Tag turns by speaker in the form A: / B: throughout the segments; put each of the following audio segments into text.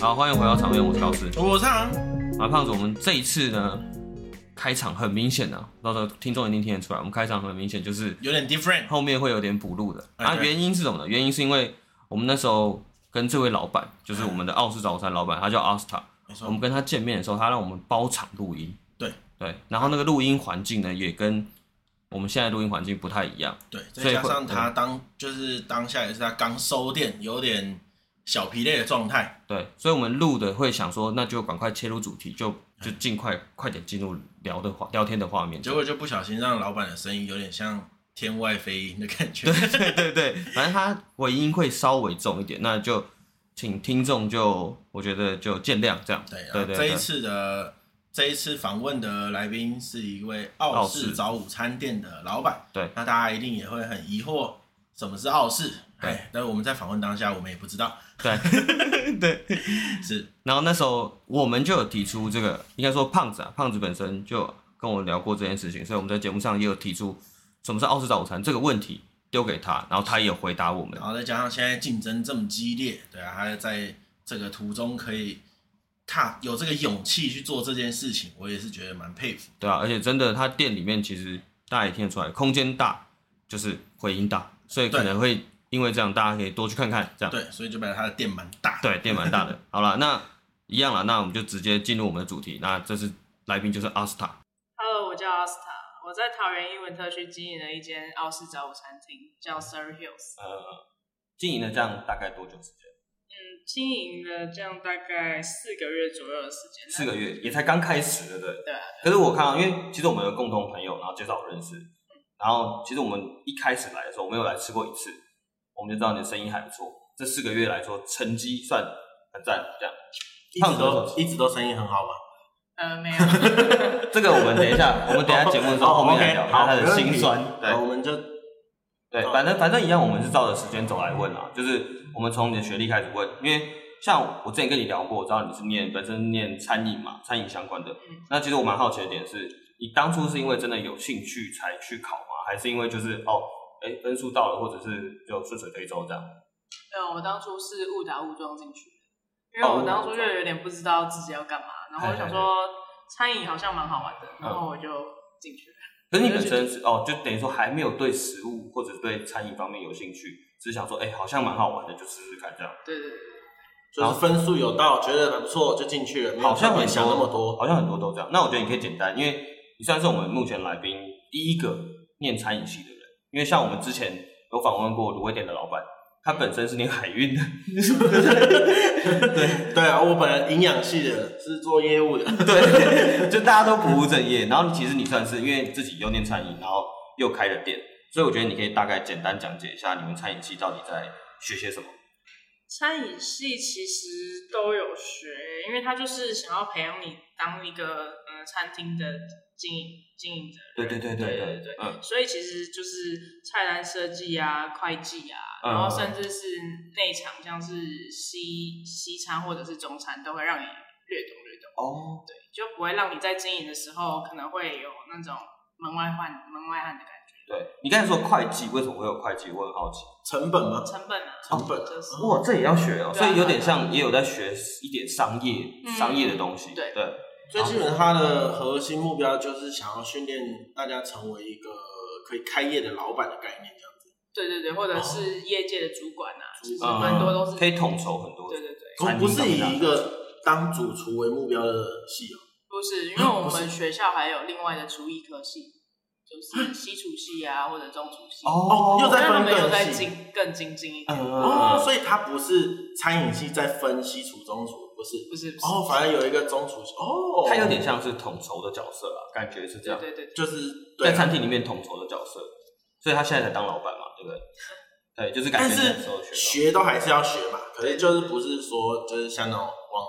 A: 好，欢迎回到场面，我是高志。
B: 我唱，啊
A: 马啊胖子，我们这一次呢，开场很明显啊，到时候听众一定听得出来，我们开场很明显就是
B: 有点 different，
A: 后面会有点补录的啊。
B: 哎对
A: 原因是什么呢？原因是因为我们那时候跟这位老板，就是我们的奥式早餐老板，他叫 Asta，
B: 没
A: 我
B: 错，
A: 们跟他见面的时候，他让我们包场录音。
B: 嗯对
A: 对，然后那个录音环境呢，也跟我们现在录音环境不太一样。
B: 对，
A: 所
B: 再
A: 以
B: 加
A: 会嗯
B: 上他当就是当下也是他刚收店，有点小疲累的状态，
A: 对，所以我们录的会想说，那就赶快切入主题，就就尽快快点进入聊的话聊天的画面。
B: 结果就不小心让老板的声音有点像天外飞鹰的感觉。
A: 对对对，反正它尾音会稍微重一点，那就请听众就我觉得就见谅这样。
B: 对，然
A: 对
B: 后
A: 对
B: 这一
A: 对
B: 次的这一次访问的来宾是一位
A: 奥
B: 奥
A: 氏
B: 氏早午餐店的老板，
A: 对，
B: 那大家一定也会很疑惑什么是奥氏，
A: 对
B: 哎，但是我们在访问当下我们也不知道，是
A: 然后那时候我们就有提出这个，应该说胖子啊，胖子本身就跟我聊过这件事情，所以我们在节目上也有提出什么是奥斯早餐这个问题丢给他，然后他也有回答我们
B: 然。后再加上现在竞争这么激烈，对啊，他在这个途中可以踏有这个勇气去做这件事情，我也是觉得蛮佩服。
A: 对啊，而且真的，他店里面其实大家也听得出来，空间大就是回音大，所以可能会因为这样，大家可以多去看看，这样
B: 对，所以就表示他的店蛮大。
A: 对店蛮大的。好了，那一样了，那我们就直接进入我们的主题。那这次来宾就是阿斯塔，
C: Hello，我叫呃阿斯塔，我在桃园英文特区经营了一间奥式早午餐厅，叫 Sir Hills。
A: 呃，经营了这样大概多久时间？
C: 嗯，经营了这样大概四个月左右的时间。
A: 四个月，也才刚开始，对不对？
C: 对啊
A: 可是我看到，因为其实我们有共同朋友，然后介绍我认识，然后其实我们一开始来的时候，我们有来吃过一次，我们就知道你的生意还不错。这四个月来说，成绩算很赞，这样。
B: 一
A: 胖子都
B: 一直都生意很好嘛。
C: 呃， 没有。
A: 这个我们等一下，我们等一下节目的时
B: 哦
A: 候后面来聊聊他的辛酸。对
B: 们就
A: 对，
B: 好
A: 反正反正一样，我们是照着时间走来问啊，就是我们从你的学历开始问，因为像我之前跟你聊过，我知道你是念本身念餐饮嘛，餐饮相关的。那其实我蛮好奇的点是，你当初是因为真的有兴趣才去考吗？还是因为就是哦，哎、分数到了，或者是就顺水推舟这样？
C: 没有，我当初是误打误撞进去的，因
A: 哦
C: 为我当初就有点不知道自己要干嘛，然后我想说餐饮好像蛮好玩的，然
A: 嗯
C: 后我就进去了。
A: 可是你本身是哦，就等于说还没有对食物或者对餐饮方面有兴趣，只是想说，哎、好像蛮好玩的，就试试看这样。
C: 对对对，
A: 就是
B: 分数有到，觉得很不错就进去了
A: 好像很多，好像很多都这样。那我觉得你可以简单，因为你算是我们目前来宾第一个念餐饮系的人。因为像我们之前有访问过卤味店的老板，他本身是念海 运的，
B: 对啊，我本来营养系的，是做业务的。
A: 对，就大家都不务正业。然后其实你算是因为自己又念餐饮，然后又开了店，所以我觉得你可以大概简单讲解一下你们餐饮系到底在学些什么。
C: 餐饮系其实都有学，因为他就是想要培养你当一个呃餐厅的经营经营者。
A: 对对对
C: 对
A: 对
C: 对对，
A: 嗯，
C: 所以其实就是菜单设计啊、会计啊，
A: 嗯
C: 然后甚至是内场，像是西西餐或者是中餐，都会让你略懂略懂，
A: 哦，
C: 就不会让你在经营的时候可能会有那种门外汉门外汉的感觉。
A: 对你刚才说会计，为什么会有会计？我很好奇。
B: 成本吗？
C: 成本啊，
B: 成本
C: 就是
A: 哇，这也要学哦，
C: 对
A: 所
C: 啊
A: 以有点像也有在学一点商业、
C: 嗯
A: 商业的东西。
C: 对
A: 对，
B: 最基本，它的核心目标就是想要训练大家成为一个可以开业的老板的概念，这样子。
C: 对对对，或者是业界的主管啊，其实
A: 哦嗯
C: 蛮多都是
A: 可以统筹很多
C: 对。对对，
A: 餐
B: 不
A: 厅
B: 不是以
A: 长大
B: 一个当主厨为目标的系哦。
C: 不是，因为我们学校还有另外的厨艺科系，就是西厨系啊，或者中厨系。
A: 哦，
B: 又
C: 但
B: 在
C: 他
B: 分
C: 们又再
B: 更细。
C: 精更精进一点。
B: 哦，
A: 呃，
B: 所以它不是餐饮系在分西厨、中厨，不是。
C: 不是不是，
B: 哦，反而有一个中厨系哦，
A: 它有点像是统筹的角色啊，感觉是这
C: 对
A: 样，
C: 对对对，
B: 就是对
A: 在
B: 啊，
A: 餐厅里面统筹的角色，所以他现在才当老板嘛，对不对？对，就是感
B: 但
A: 觉
B: 是
A: 那时候学
B: 学都还是要学嘛，可是就是不是说就是像那种往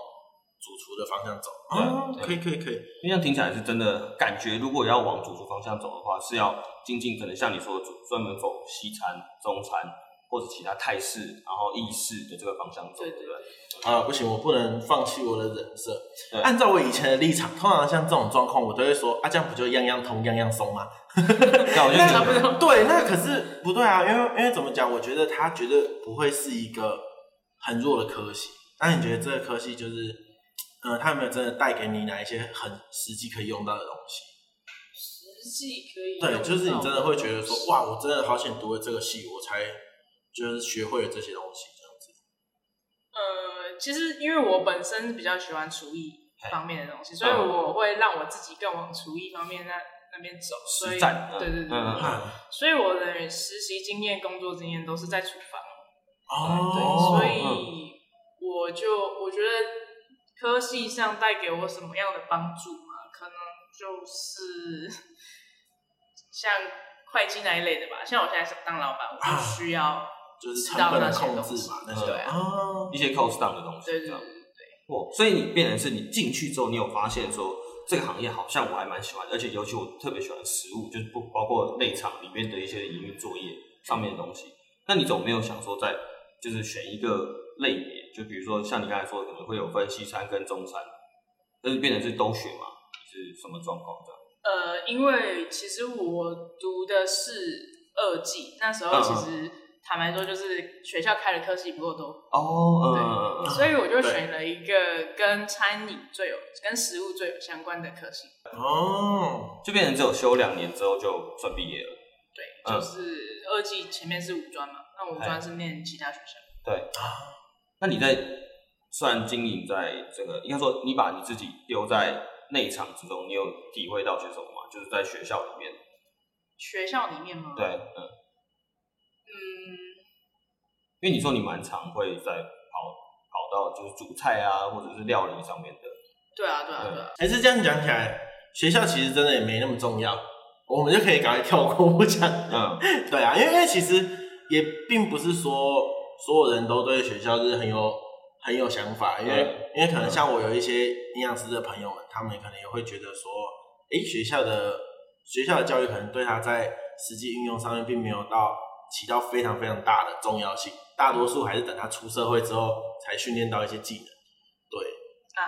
B: 主厨的方向走。哦
A: 对，对
B: 可以可以可以，
A: 到，因为这样听起来是真的感觉，如果要往主厨方向走的话，是要精进，可能像你说的主专门走西餐、中餐或者其他泰式，然后意式的这个方向走，对
C: 对
A: 不
C: 对
A: 对？
B: 啊，不行，我不能放弃我的人设
A: 对。
B: 按照我以前的立场，通常像这种状况，我都会说啊，这样不就样样通样样松吗？
A: 啊那我就觉
B: 那
A: 得
C: 不是
B: 对，那可是不对啊，因为因为怎么讲？我觉得他绝对不会是一个很弱的科系，那你觉得这个科系就是，呃，它有没有真的带给你哪一些很实际可以用到的东西？
C: 实际可以
B: 对，就是你真的会觉得说，
C: 哇，
B: 哇，我真的好想读了这个系，我才就是学会了这些东西，这样子。
C: 呃，其实因为我本身比较喜欢厨艺方面的东西，所以
B: 嗯
C: 我会让我自己更往厨艺方面那那边走，所以
A: 实战嗯
C: 对对对对
A: 嗯嗯
C: 对，
B: 嗯
C: 所以我的实习经验、工作经验都是在厨房。对，
B: 哦，
C: 所以我就我觉得科系上带给我什么样的帮助嘛，可能就是像会计那一类的吧。像我现在想当老板，我就需
B: 啊
C: 要，
B: 就是
C: 知
B: 成
C: 道
B: 本
C: 那
B: 的
C: 些
B: 控
C: 东
B: 制
C: 西
B: 嘛，那
A: 嗯
B: 些
C: 对啊
B: 哦
A: 一些 cost down 的东西，
C: 对
A: 这
C: 对对
A: 样。
C: 对，
A: 哦，所以你变成是你进去之后，你有发现说这个行业好像我还蛮喜欢的，而且尤其我特别喜欢食物，就是不包括内场里面的一些营运作业上面的东西。那你总没有想说在就是选一个类别，就比如说像你刚才说的，可能会有分西餐跟中餐，但是变成是都选嘛，是什么状况这样？
C: 呃，因为其实我读的是二技，那时候其实坦白说就是学校开的科系不够多，
A: 哦，嗯嗯嗯嗯，
C: 所以我就
B: 啊对
C: 选了一个跟餐饮最有、跟食物最有相关的科系。
B: 哦，
A: 就变成只有修两年之后就算毕业了。
C: 对，
A: 嗯
C: 就是二技前面是五专嘛，那五专是念其他学校。
A: 对
B: 啊
A: 那你在虽然经营在这个，应该说你把你自己丢在内场之中，你有体会到些什么吗？就是在学校里面，
C: 学校里面吗？
A: 对，，嗯，
C: 嗯，
A: 因为你说你蛮常会在跑跑到就是主菜啊，或者是料理上面的，
C: 对啊，对啊，对啊，
B: 还是这样讲起来，学校其实真的也没那么重要，我们就可以赶快跳过不讲。
A: 嗯，
B: 对啊，因为因为其实也并不是说所有人都对学校是很有很有想法，因为、因为可能像我有一些营养师的朋友们，他们可能也会觉得说，诶、学校的学校的教育可能对他在实际运用上面并没有到起到非常非常大的重要性，大多数还是等他出社会之后才训练到一些技能。对，
C: 啊、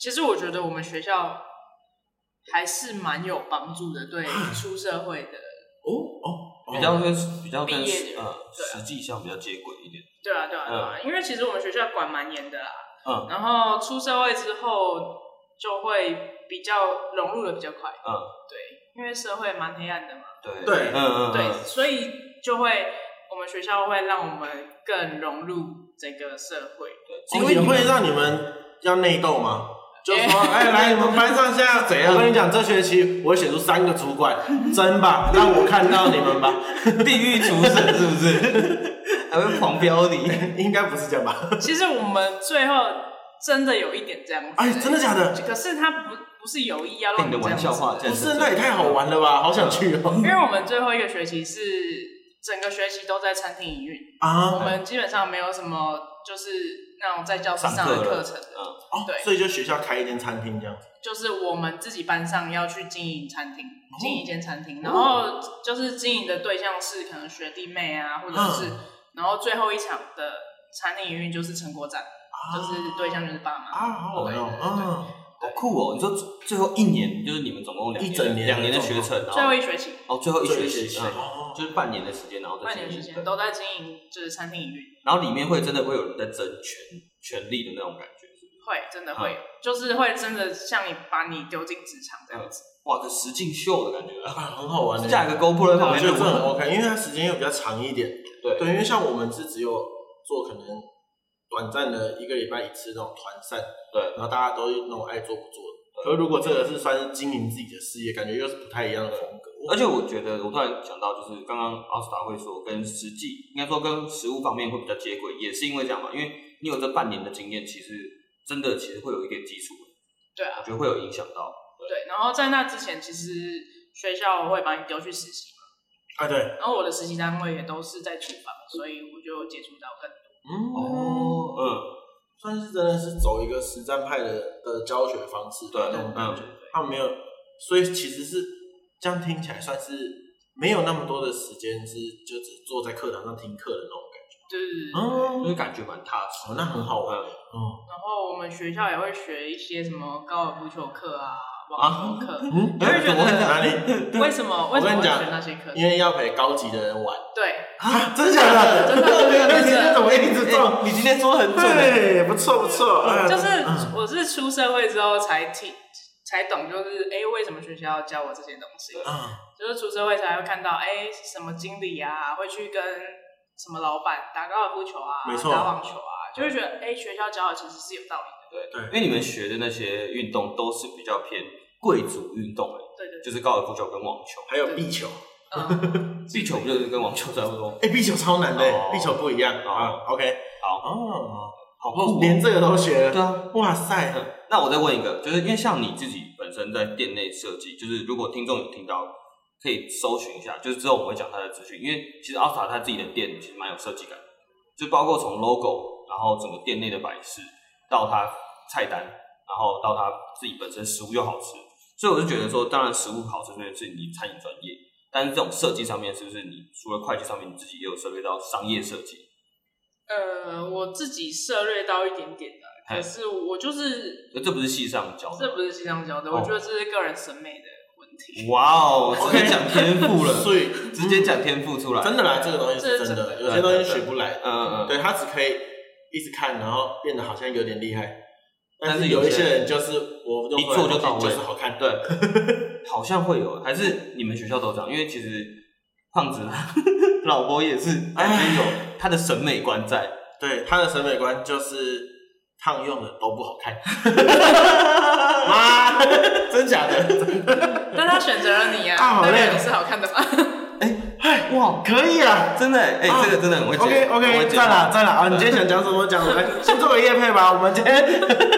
C: 其实我觉得我们学校还是蛮有帮助的， 对出社会的，
B: 哦哦，
A: 比较跟比较跟
C: 毕业的
A: 呃
C: 对啊
A: 实际上比较接轨一点，
C: 对啊，对啊，对啊，因为其实我们学校管蛮严的啦，
A: 嗯
C: 然后出社会之后就会比较融入的比较快，
A: 嗯，
C: 对，因为社会蛮黑暗的嘛，
A: 对
B: 对
A: 嗯嗯
C: 对，
A: 嗯，
C: 所以就会我们学校会让我们更融入整个社会。
B: 因为也会让你们要内斗吗？就说， 哎、
C: 哎
B: 来你们班上现在怎样？哎我跟你讲，这学期我会选出三个主管，真 吧？让我看到你们吧。
A: 地狱厨神是不是？还会狂飙你，
B: 应该不是这样吧？
C: 其实我们最后真的有一点这样子，
B: 哎，真的假的？
C: 可是他不不是有意要让
A: 变得
C: 们这样
A: 玩笑化
C: 子
A: 这
C: 的
A: 样
B: 不是，那也太好玩了吧！好想去 哦、
C: 因为我们最后一个学期是整个学期都在餐厅营运，我
B: 啊，
C: 们基本上没有什么就是那种在教室上
A: 上
C: 的
A: 课了
C: 课程的，
A: 嗯，
B: 哦，
C: 对
B: 所以就学校开一间餐厅这样子。
C: 就是我们自己班上要去经营餐厅，经营一间餐厅，然后就是经营的对象是可能学弟妹啊，或者是，然后最后一场的餐厅营运就是成果展，就是对象就是爸妈
B: 啊，好好玩哦、
C: 对对对
A: 好酷哦！你说最后一年就是你们总共两
B: 一整年
A: 两年的学程，然
C: 最后
A: 后
C: 一学期
A: 哦最后
B: 嗯，
A: 一
B: 所
A: 学
B: 以学
A: 期
B: 期，
A: 嗯
B: 哦
A: 就是半年的时间，然后再
C: 半
A: 经
C: 年
A: 营
C: 时间
A: 对
C: 都在经营就是餐厅营运，
A: 然后里面会真的会有人在争权权力的那种感觉，是不嗯是？
C: 会真的
A: 啊
C: 会有，就是会真的像你把你丢进职场这样子，
A: 哇，这实境秀的感觉啊！
B: 啊，很好玩的。啊
A: 架一个 GoPro 在旁
B: 我
A: 边
B: 觉得这很
A: 录，
B: OK，因为它时间又比较长一点。
A: 对
B: 对，因为像我们是只有做可能短暂的一个礼拜一次那种团散，
A: 对
B: 然后大家都那种爱做不做的。可是如果这个是算是经营自己的事业，感觉又是不太一样的风格。
A: 而且我觉得，我突然想到，就是刚刚奥斯达会说，跟实际应该说跟实物方面会比较接轨，也是因为这样吧，因为你有这半年的经验，其实真的其实会有一点基础，
C: 对啊
A: 我，觉得会有影响
B: 哦
A: 到。
C: 对，然后在那之前其实学校会把你丢去实习，
B: 啊，对，
C: 然后我的实习单位也都是在厨房，所以我就接触到更多。
B: 嗯，
A: 哦，嗯，
B: 算是真的是走一个实战派的的教学方式，
A: 对
B: 那种感觉
A: 嗯，
B: 他没有，所以其实是这样听起来算是没有那么多的时间是就只坐在课堂上听课的那种感觉。
C: 就是，
A: 就是
B: 哦，
A: 感觉蛮踏实
B: 哦
A: 的。
B: 那很好玩
A: 嗯
B: 嗯，
C: 然后我们学校也会学一些什么高尔夫球课啊，网络课。
B: 嗯，
C: 我会觉得
B: 哪里？
C: 为什么为什
B: 我跟
C: 么会
B: 你讲
C: 选那些课？
B: 因为要陪高级的人玩
C: 对，
B: 啊，真的假的？
C: 真的真的
B: 那你今天怎么一直中？
A: 你今天说得很准欸、
B: 对，不错不错，
C: 啊
B: 嗯
C: 就是我是出社会之后才听才懂，就是哎、诶为什么学校要教我这些东西？
B: 啊，
C: 就是出社会才会看到，哎、什么经理啊，会去跟什么老板打高尔夫球啊，
B: 没错
C: 打网球啊，就会觉得，哎、学校教的其实是有道理的。
B: 对
A: 因为你们学的那些运动都是比较偏贵族运动、欸，
C: 对对对，
A: 就是高尔夫球跟网球。
B: 还有壁球，
C: 嗯，
A: 壁球不就是跟网球差不多？
B: 哎，壁球超难的
A: 哦，
B: 壁球不一样啊。OK，
A: 好
B: 哦，
A: 好酷
B: 哦
A: 哦、
B: 连这个都学
A: 对
B: 了，
A: 啊。
B: 哇塞，
A: 那我再问一个，就是因为像你自己本身在店内设计，就是如果听众有听到，可以搜寻一下，就是之后我们会讲他的资讯，因为其实奥斯卡他自己的店其实蛮有设计感的，就包括从 logo，然后整个店内的摆饰，到他菜单，然后到他自己本身食物又好吃，所以我就觉得说，当然食物好吃这件事你餐饮专业，但是这种设计上面是不是你除了会计上面，你自己也有涉猎到商业设计？
C: 呃，我自己涉略到一点点的，
A: 哎
C: 可是我就是
A: 呃这不是系上教的
C: 这
A: 吗，
C: 不是经常教的，
A: 哦
C: 我觉得这是个人审美的问题。
A: 哇哦， 直
B: OK
A: 接讲天赋 了。
B: 所以
A: 直接讲天赋出来，
B: 真的啦，这个东西
C: 这
B: 是
C: 是
B: 真的，
C: 真的
B: 有些东西学不来，
A: 嗯嗯嗯，
B: 对他只可以一直看，然后变得好像有点厉害。
A: 但
B: 但
A: 是
B: 是有
A: 有
B: 一
A: 些
B: 些人就是我弄
A: 一
B: 出来
A: 做
B: 的
A: 就
B: 东西
A: 到位
B: 就是好看。
A: 对， 好像会有，还是你们学校都这样？因为其实胖子他 老婆也是，感觉有他的审美观在。
B: 对，他的审美观就是烫用的都不 好看。妈，真假的？
C: 但他选择了你啊，
B: 啊好
C: 代
B: 累
C: 表
B: 哦
C: 你是好看的吧？
B: 嗨，哇，可以啊。
A: 真的，哎、
B: 啊
A: 这个真的很会讲。
B: OK
A: 很
B: OK，
A: 会讲
B: 赞啦赞啦啊！你今天想讲什么讲 什么，先做个夜配吧。我们今天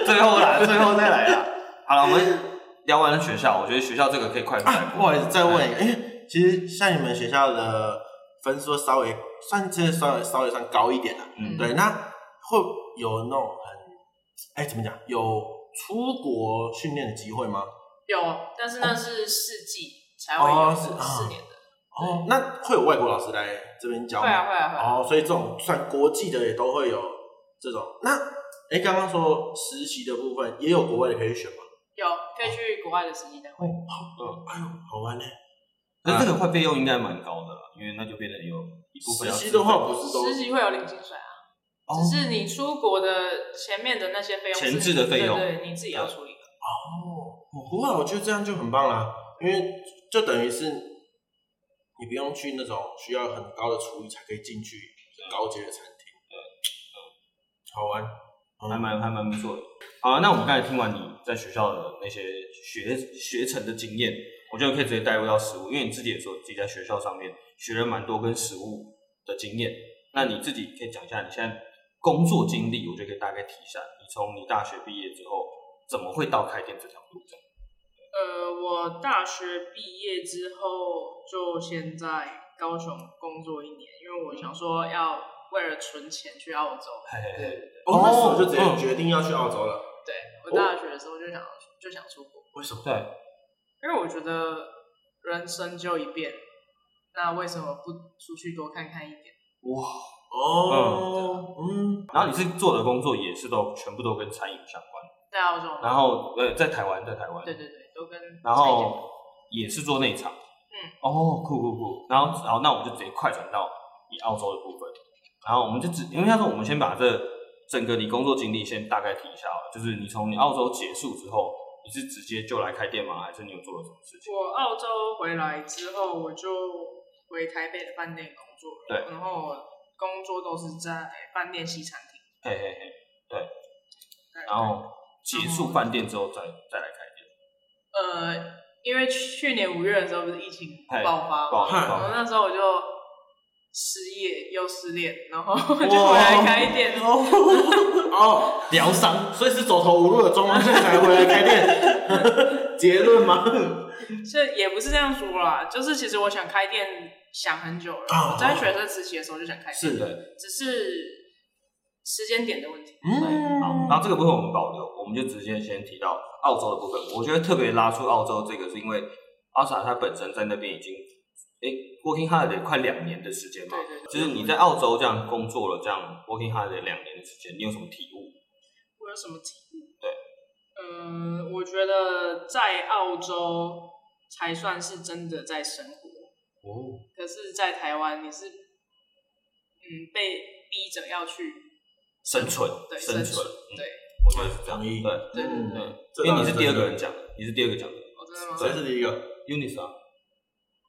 A: 最后啦，最后再来啦。 好了，我们聊完了学校，我觉得学校这个可以快速带
B: 啊，不
A: 过。
B: 好意思，再问一个，因为其实像你们学校的分数稍微算这稍微稍微算高一点了、
A: 嗯
B: 对，那会有那种很，哎、怎么讲？有出国训练的机会吗？
C: 有，但是那是四季才会有
B: 哦是啊
C: 四年的，
B: 哦，那会有外国老师来这边教
C: 会
B: 吗？
C: 啊会啊会啊，
B: 哦，所以这种算国际的也都会有这种。那哎，刚刚说实习的部分也有国外的可以选吗？
C: 有可以去国外的实习单位。
B: 好玩呢、
A: 那这个快费用应该蛮高的啦，因为那就变得有一部分
B: 实
A: 要
B: 习的话不是都
C: 实习会有领薪水啊，
A: 哦
C: 只是你出国的前面的那些费用是你，
A: 前置的费用
C: 对对你自己要处理的。
B: 哦，不会啊，我觉得这样就很棒啦，因为就等于是你不用去那种需要很高的厨艺才可以进去高阶的餐厅。好玩，
A: 还蛮还蛮不错的。好、那我们刚才听完你在学校的那些学学成的经验，我觉得可以直接带入到实物，因为你自己也说自己在学校上面学了蛮多跟实物的经验。那你自己可以讲一下你现在工作经历，我觉得可以大概提一下。你从你大学毕业之后，怎么会到开店这条路？
C: 呃，我大学毕业之后就先在高雄工作一年，因为我想说要为了存钱去澳洲。
A: 嘿嘿嘿
C: 对
B: 哦，那时候就直
A: 嗯
B: 接决定要去澳洲了。
C: 对，我
A: 哦
C: 大学的时候就想就想出国，
B: 为什么？
A: 对，
C: 因为我觉得人生就一遍，那为什么不出去多看看一点？
A: 哇！
B: 哦，嗯，
A: 然后你是做的工作也是都全部都跟餐饮相关，
C: 在澳洲，
A: 然后呃，在台湾，在台湾，
C: 对对对，都跟
A: 然后也是做内场。
C: 嗯，
A: 哦，酷酷酷。然后，然后那我们就直接快转到你澳洲的部分。然后我们就只，因为他说我们先把这整个你工作经历先大概提一下好了，就是你从你澳洲结束之后，你是直接就来开店吗？还是你有做了什么事情？
C: 我澳洲回来之后，我就回台北的饭店工作了。
A: 对
C: 然后我工作都是在饭店西餐厅。
A: 嘿嘿嘿。
C: 对
A: 然后结束饭店之后再再来开店，
C: 呃，因为去年五月的时候不是疫情
A: 嗨
C: 爆发
A: 爆
C: 嘛，
A: 爆
C: 然后
A: 爆。
C: 那时候我就失业又失恋，然后 就
B: 哇
C: 回来开 店。
B: 哦，疗伤，所以是走投无路的状况下才回来 开店。结论吗？
C: 这也不是这样说啦，就是其实我想开店想很久了，
B: 哦
A: 啊
C: 我在学生时期的时候就想开店，
B: 是
A: 对，
C: 只是时间点的问题。
B: 嗯，
A: 好，然后这个部分我们保留，我们就直接先提到澳洲的部分。我觉得特别拉出澳洲这个，是因为阿萨他本身在那边已经，诶 w o r k i n g holiday 快两年的时间嘛
C: 对，对对。
A: 就是你在澳洲这样工作了这样 working hard 的两年的时间，你有什么体悟？
C: 我有什么体悟？
A: 对，
C: 呃，我觉得在澳洲才算是真的在生活，
B: 哦，
C: 可是，在台湾你是嗯被逼着要去
A: 生存，
C: 对
A: 生
C: 存
A: 存，嗯，
C: 对，
A: 我觉得是这样，
B: 同意
A: 对，
C: 对对
B: 嗯
C: 对，
A: 对，因为你是第二个人讲的，你是第二个讲的
C: 哦，真的吗？
B: 谁是第一个？哦
A: ，Unis 啊，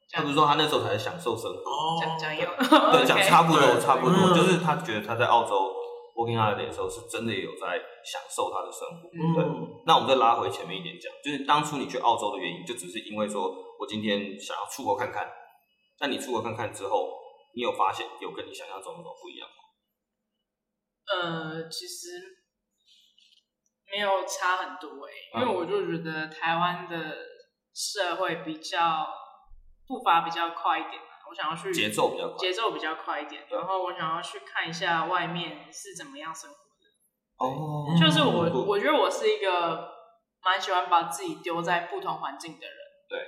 C: 这
A: 他
C: 样
A: 不是说他那时候才享受生活，
B: 哦
C: 讲讲一样，
A: 对，讲差不多，
B: 对
A: 差不
B: 嗯
A: 多，就是他觉得他在澳洲 working holiday 的时候，是真的也有在享受他的生活。对
B: 嗯，
A: 那我们再拉回前面一点讲，就是当初你去澳洲的原因，就只是因为说我今天想要出国看看。那你出国看看之后，你有发现有跟你想象中的都不一样吗？
C: 呃，其实没有差很多诶、因
A: 嗯
C: 为我就觉得台湾的社会比较步伐比较快一点嘛，我想要去
A: 节奏比较快
C: 节奏比较快一点，然后我想要去看一下外面是怎么样生活的。
A: 哦
C: 就是我，我觉得我是一个蛮喜欢把自己丢在不同环境的人。
A: 对啊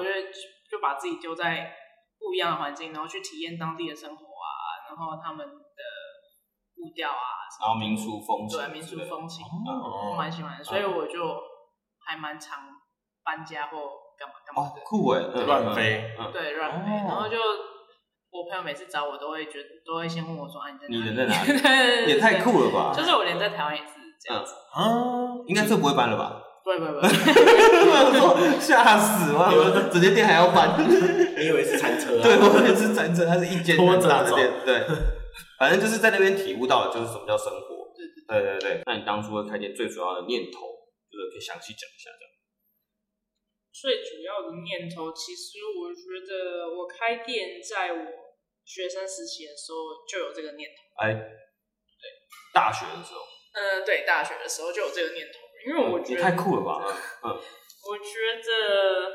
C: 对，我觉得就就把自己丢在不一样的环境，然后去体验当地的生活啊，然后他们的步调啊什么的
A: 然后民俗风情之类
C: 对
A: 的，啊
C: 民俗风情，我
B: 哦，
C: 蛮喜欢的，所以我就还蛮常搬家或干嘛干嘛
A: 哦
C: 的，，
A: 酷哎，嗯
B: 乱，飞，
A: 嗯嗯，
C: 对乱飞，
B: 哦
C: 然后就我朋友每次找我都会觉得都会先问我说啊你在
A: 你
C: 里
A: 人在哪里？
C: 对
A: 也太，酷嗯了吧！
C: 对对就是我连在台湾也是这样子，
B: 啊，
A: 应该是不会搬了吧？
C: 不会不会不会，
A: 吓死我！我整间店还要搬，
B: 你以为是餐车 啊？
A: 对，我也是辗转，它是一间
B: 拖着
A: 很大的
B: 走
A: 店，对， 反正就是在那边体悟到了，就是什么叫生活。
C: 对对
A: 对对对，那你当初会开店最主要的念头，就是可以详细讲一下这样。
C: 最主要的念头，其实我觉得我开店在我学生时期的时候就有这个念头。
A: 哎，对，大学的时候，
C: 嗯，对，大学的时候就有这个念头，因为我觉
A: 也
C: 得
A: 哦太酷了吧！嗯，
C: 我觉得，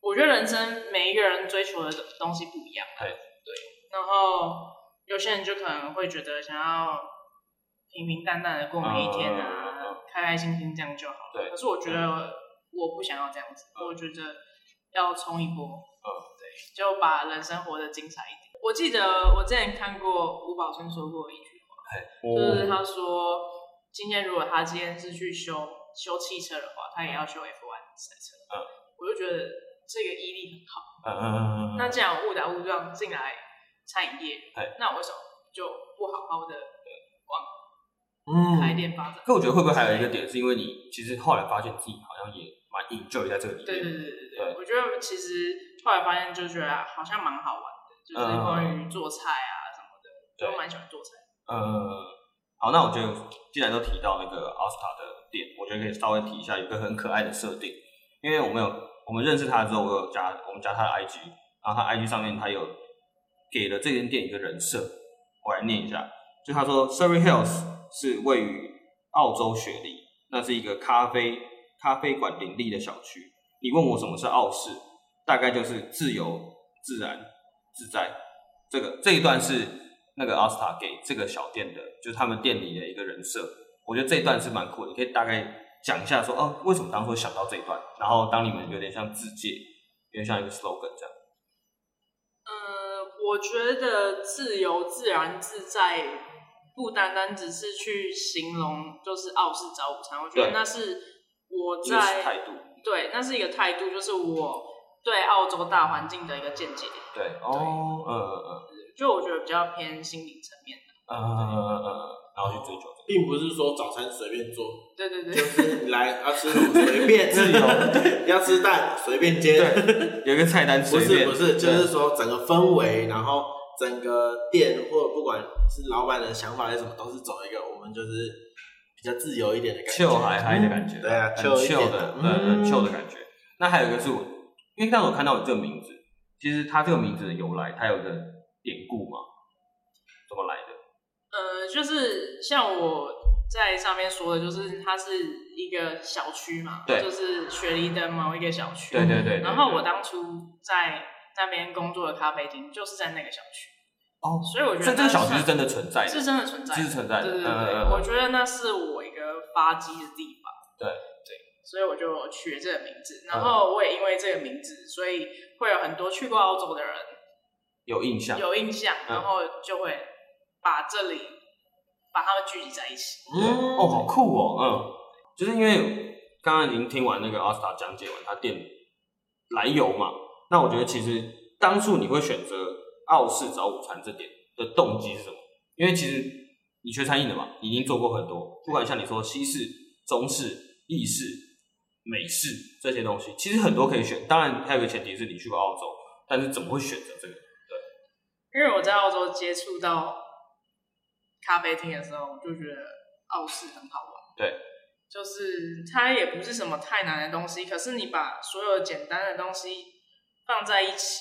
C: 我觉得人生每一个人追求的东西不一样。
A: 哎
C: 对。然后有些人就可能会觉得想要平平淡淡的过每一天
A: 嗯嗯嗯嗯
C: 啊，开开心心这样就好了。
A: 对嗯
C: 可是我觉得我不想要这样子，我觉得要冲一波。嗯。对，就把人生活得精彩一点。我记得我之前看过吴宝春说过一句话，
A: 哦
C: 就是他说，今天如果他今天是去修修汽车的话，他也要修 F1 赛
A: 嗯，
C: 车。我就觉得这个毅力很好。
A: 嗯嗯嗯
C: 那
A: 嗯，
C: 既然我误打误撞进来餐饮业
A: 哎，
C: 那我为什么就不好好的开
B: 嗯，
C: 店发展？
A: 可我觉得会不会还有一个点，是因为你其实后来发现自己好像也蛮 enjoy 在这个里面。
C: 对对对对
A: 对
C: 对，我觉得其实后来发现就觉得啊好像蛮好玩的，就是关于做菜啊什么的，
A: 嗯对
C: 我蛮喜欢做菜。
A: 呃，好，那我觉得既然都提到那个奥斯卡的店，我觉得可以稍微提一下，有一个很可爱的设定，因为我们有我们认识他之后，我有加我们加他的 IG，然后他 IG 上面他有给了这间店一个人设，我来念一下，就他说 Surrey Hills 是位于澳洲雪梨，那是一个咖啡咖啡馆林立的小区。你问我什么是澳式，大概就是自由、自然、自在。这个这一段是那个 Asta 给这个小店的，就是他们店里的一个人设。我觉得这一段是蛮酷的，你可以大概讲一下说，哦，为什么当初想到这一段？然后当你们有点像自介，有点像一个 slogan 这样。
C: 呃，我觉得自由、自然、自在，不单单只是去形容就是澳式早午餐，我觉得
A: 对
C: 那是我
A: 因为是
C: 在
A: 态度，
C: 对，那是一个态度，就是我对澳洲大环境的一个见解。
A: 对，哦，嗯嗯
C: 就我觉得比较偏心理层面的，
A: 嗯嗯嗯嗯嗯，然后去追求这
B: 并不是说早餐随便做，
C: 对对
B: 就
C: 对，
B: 是你来要吃什么随便 自由，要吃蛋随便煎，
A: 个，有一个菜单
B: 不
A: 随
B: 是
A: 便，
B: 不是，就是说整个氛围，然后整个店或者不管是老板的想法还是什么，都是走一个我们就是比较自由一点的感觉，
A: chill 还嗨的感觉，
B: 嗯对啊
A: 很
B: chill 一
A: chill
B: 点
A: 的
B: 的，
A: 对，很
B: 嗯
A: chill 的感觉。那还有一个是我，因为当时我看到你这个名字，其实它这个名字的由来，它有一个典故嘛，怎么来的？
C: 呃，就是像我在上面说的，就是它是一个小区嘛，
A: 对
C: 就是雪梨的某一个小区，
A: 对对对对
C: 然后我当初在那边工作的咖啡厅就是在那个小区，
A: 哦，
C: 所以我觉得
A: 所以这个
C: 那
A: 小区
C: 算
A: 是真的存在的，
C: 是真的存在的，
A: 是存在的
C: 对对对，
A: 嗯嗯嗯
C: 对我觉得那是我一个发迹的地方。
A: 对嗯
C: 对，所以我就取了这个名字，然后我也因为这个名字，所以会有很多去过澳洲的人
A: 有印象，
C: 有印象，
A: 嗯
C: 然后就会把这里把他们聚集在一起。
B: 哦
A: 对哦，好酷哦，嗯。就是因为刚刚已经听完那个阿斯塔讲解完他店来由嘛，那我觉得其实当初你会选择澳式早午餐这点的动机是什么？因为其实你学餐饮的嘛，你已经做过很多，不管像你说西式、中式、意式、美式这些东西，其实很多可以选。当然，还有一个前提是你去过澳洲，但是怎么会选择这个？
C: 因为我在澳洲接触到咖啡厅的时候，我就觉得澳式很好玩。
A: 对，
C: 就是它也不是什么太难的东西，可是你把所有简单的东西放在一起，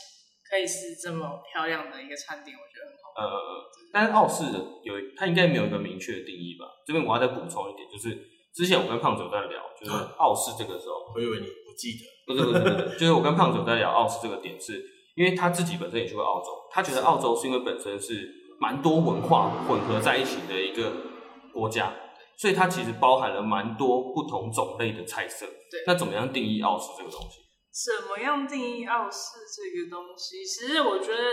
C: 可以是这么漂亮的一个餐点，我觉得很好玩。
A: 呃，但是澳式的有它应该没有一个明确的定义吧？这边我要再补充一点，就是之前我跟胖九在聊，就是澳式这个时候，
B: 我以为你不记得，
A: 嗯不是不是不是， 就是我跟胖总在聊澳式这个点是，因为他自己本身也去过澳洲，他觉得澳洲是因为本身是蛮多文化混合在一起的一个国家，所以它其实包含了蛮多不同种类的菜色。
C: 对
A: 那怎么样定义澳式这个东西？
C: 怎么样定义澳式这个东西？其实我觉得，